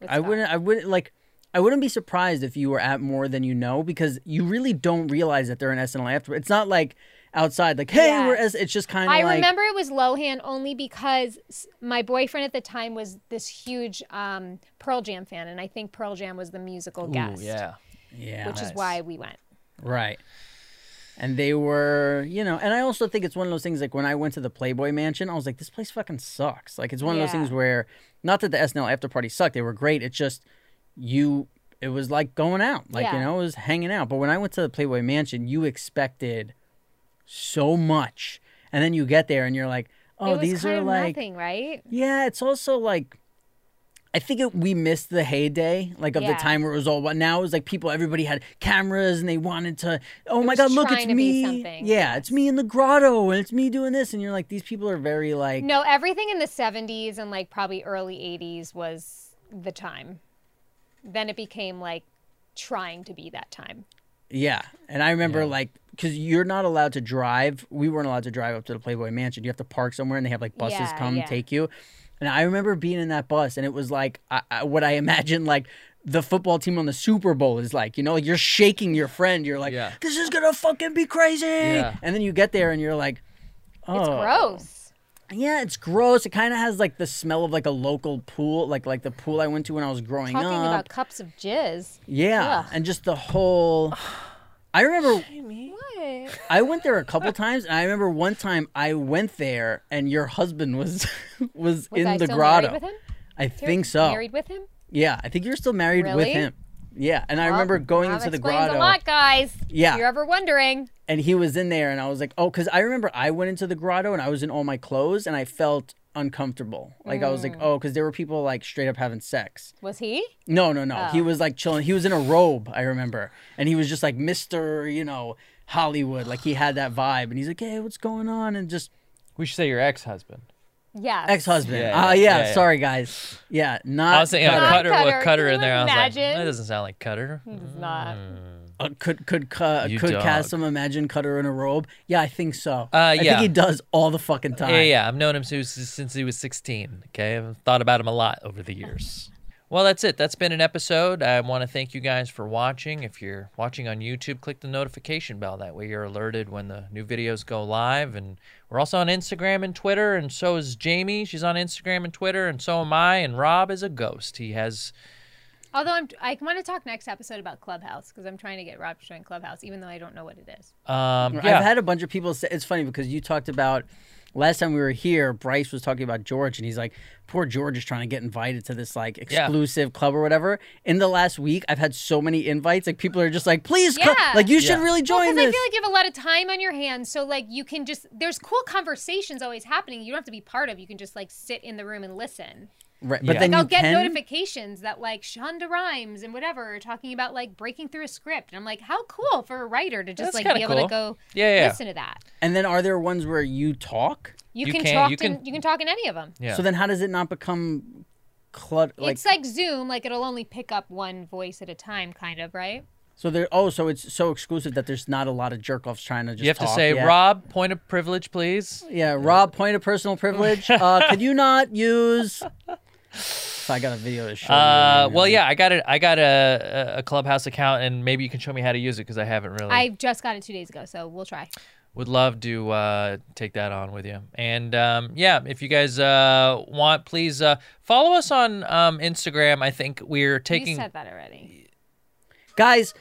S2: with
S1: I
S2: Scott.
S1: wouldn't. I wouldn't like. I wouldn't be surprised if you were at more than you know because you really don't realize that they're an SNL after. It's not like outside, like hey,
S2: Yeah.
S1: we're S. It's just kind of.
S2: I
S1: like,
S2: remember it was Lohan only because s- my boyfriend at the time was this huge um, Pearl Jam fan, and I think Pearl Jam was the musical guest,
S3: yeah.
S1: Yeah.
S2: which
S3: Nice.
S2: is why we went.
S1: Right. And they were, you know, and I also think it's one of those things like when I went to the Playboy Mansion, I was like, this place fucking sucks. Like, it's one of those
S2: Yeah.
S1: things where, not that the SNL after party sucked, they were great. It's just, you, it was like going out. Like, you
S2: Yeah.
S1: know, it was hanging out. But when I went to the Playboy Mansion, you expected so much. And then you get there and you're like,
S2: it
S1: oh,
S2: was
S1: these
S2: kind
S1: are
S2: of
S1: like,
S2: nothing, right?
S1: yeah, it's also like I think it, we missed the heyday, like of
S2: Yeah.
S1: the time where it was all. Now it was like people, everybody had cameras and they wanted to. Oh my
S2: was
S1: God, look,
S2: trying
S1: it's
S2: to be
S1: me.
S2: something.
S1: Yeah, it's me in the grotto and it's me doing this, and you're like, these people are very like.
S2: No, everything in the 70s and like probably early 80s was the time. Then it became like trying to be that time.
S1: Yeah, and I remember like because you're not allowed to drive. We weren't allowed to drive up to the Playboy Mansion. You have to park somewhere, and they have like buses
S2: Yeah,
S1: come
S2: yeah.
S1: take you. And I remember being in that bus, and it was like I, I, what I <laughs> imagine like the football team on the Super Bowl is like. You know, like you're shaking your friend. You're like,
S3: Yeah.
S1: "This is gonna fucking be crazy."
S3: Yeah.
S1: And then you get there, and you're like, "Oh,
S2: It's gross.
S1: Yeah, it's gross. It kind of has like the smell of like a local pool, like like the pool I went to when I was growing
S2: Talking
S1: up.
S2: about cups of jizz.
S1: yeah,
S2: Ugh.
S1: and just the whole. I remember
S2: What?
S1: I went there a couple times, and I remember one time I went there, and your husband was <laughs> was,
S2: Was
S1: in
S2: I
S1: the
S2: still
S1: grotto.
S2: married with him?
S1: I think so.
S2: Married with him?
S1: Yeah, I think you're still married with
S2: Really?
S1: him. Yeah, and I remember
S2: Well,
S1: going
S2: that
S1: into the
S2: explains
S1: grotto,
S2: a lot, guys.
S1: Yeah.
S2: If you're ever wondering,
S1: and he was in there, and I was like, oh, because I remember I went into the grotto, and I was in all my clothes, and I felt uncomfortable. Like I was
S2: Mm.
S1: like, oh, because there were people like straight up having sex.
S2: was he?
S1: No, no, no.
S2: Oh.
S1: He was like chilling. He was in a robe, I remember. And he was just like Mr., you know, Hollywood. Like he had that vibe. And he's like, hey, what's going on? And just
S3: We should say your ex-husband.
S2: Yeah.
S1: ex-husband.
S3: Yeah,
S1: Ah, yeah,
S3: yeah, yeah, yeah.
S1: sorry guys. Yeah, not
S3: I was thinking
S1: Cutter.
S3: uh, Cutter,
S2: Not
S3: with
S2: Cutter.
S3: Cutter,
S2: Can
S3: in
S2: you
S3: there. I was like,
S2: imagine?
S3: that doesn't sound like Cutter.
S2: He's not.
S3: Mm.
S1: Uh, could could uh,
S3: You
S1: could
S3: dog. Uh,
S1: Cassim imagine Cutter in a robe? Yeah, I think so. I think
S3: yeah.
S1: he does all the fucking time.
S3: Yeah, yeah. I've known him since, since he was 16. Okay. I've thought about him a lot over the years. Well, that's it. That's been an episode. I want to thank you guys for watching. If you're watching on YouTube, click the notification bell. That way you're alerted when the new videos go live. And we're also on Instagram and Twitter. And so is Jamie. She's on Instagram and Twitter. And so am I. And Rob is a ghost. He has.
S2: Although I'm, I want to talk next episode about Clubhouse because I'm trying to get Rob to join Clubhouse, even though I don't know what it is.
S3: Um,
S1: I've
S3: yeah.
S1: had a bunch of people say it's funny because you talked about last time we were here, Bryce was talking about George and he's like, poor George is trying to get invited to this like
S3: Yeah.
S1: exclusive club or whatever. In the last week, I've had so many invites. Like people are just like, please, co-
S2: Yeah.
S1: like you should
S3: Yeah.
S1: really
S2: Well,
S1: join
S2: because I
S1: this.
S2: feel like you have a lot of time on your hands, so like you can just there's cool conversations always happening. You don't have to be part of. You can just like sit in the room and listen.
S1: right. But
S3: Yeah.
S1: then
S2: Like I'll
S1: you
S2: get
S1: can.
S2: notifications that like Shonda Rhimes and whatever are talking about like breaking through a script, and I'm like, how cool for a writer to just
S3: That's
S2: like be
S3: kinda
S2: able to
S3: cool.
S2: go
S3: Yeah, yeah.
S2: listen to that.
S1: and then are there ones where you talk?
S2: You,
S3: You
S2: can,
S3: can-
S2: talk.
S3: you
S2: You
S3: can-
S2: can, you can talk in any of them.
S3: yeah.
S1: So then how does it not become clutter? Like,
S2: it's like Zoom, like it'll only pick up one voice at a time, kind of, right?
S1: so there, oh, so it's so exclusive that there's not a lot of jerk offs trying to just
S3: you have to
S1: talk
S3: say,
S1: yet.
S3: Rob, point of privilege, please.
S1: Yeah, Rob, point of personal
S3: <laughs>
S1: privilege. Uh, could you not use? So I got a video to show.
S3: Uh,
S1: you.
S3: well, yeah, I got it. I got a, a- a clubhouse account, and maybe you can show me how to use it because I haven't really.
S2: I just got it two days ago, so we'll try.
S3: would love to uh, take that on with you. And um, yeah, if you guys uh, want, please uh, follow us on um, Instagram. I think we're
S2: You
S3: taking.
S2: said that already.
S1: guys,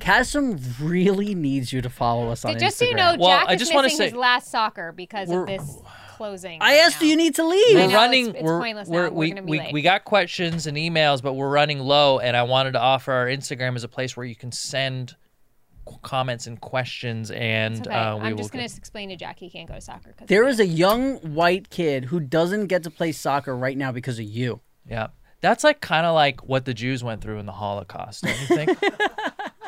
S1: Casim really needs you to follow us on
S2: Just so you know,
S1: Instagram.
S3: Well,
S2: Jack
S3: I
S2: is
S3: just wanna
S2: missing his
S3: say-
S2: last soccer because
S3: We're-
S2: of this closing.
S1: I
S2: right
S1: asked, do
S2: now.
S1: you need to
S3: We're
S1: leave?
S2: know, it's-
S3: running.
S2: it's
S3: we're,
S2: pointless now.
S3: we're,
S2: We're
S3: we
S2: gonna be
S3: we
S2: late.
S3: we got questions and emails, but we're running low. And I wanted to offer our Instagram as a place where you can send qu- comments and questions, and
S2: It's okay.
S3: uh, we
S2: I'm
S3: will.
S2: just going
S3: get-
S2: to explain to Jack he can't go to soccer. Cause
S1: There is a young white kid who doesn't get to play soccer right now because of you.
S2: <laughs>
S3: Yeah. That's like kind of like what the Jews went through in the Holocaust, don't you think?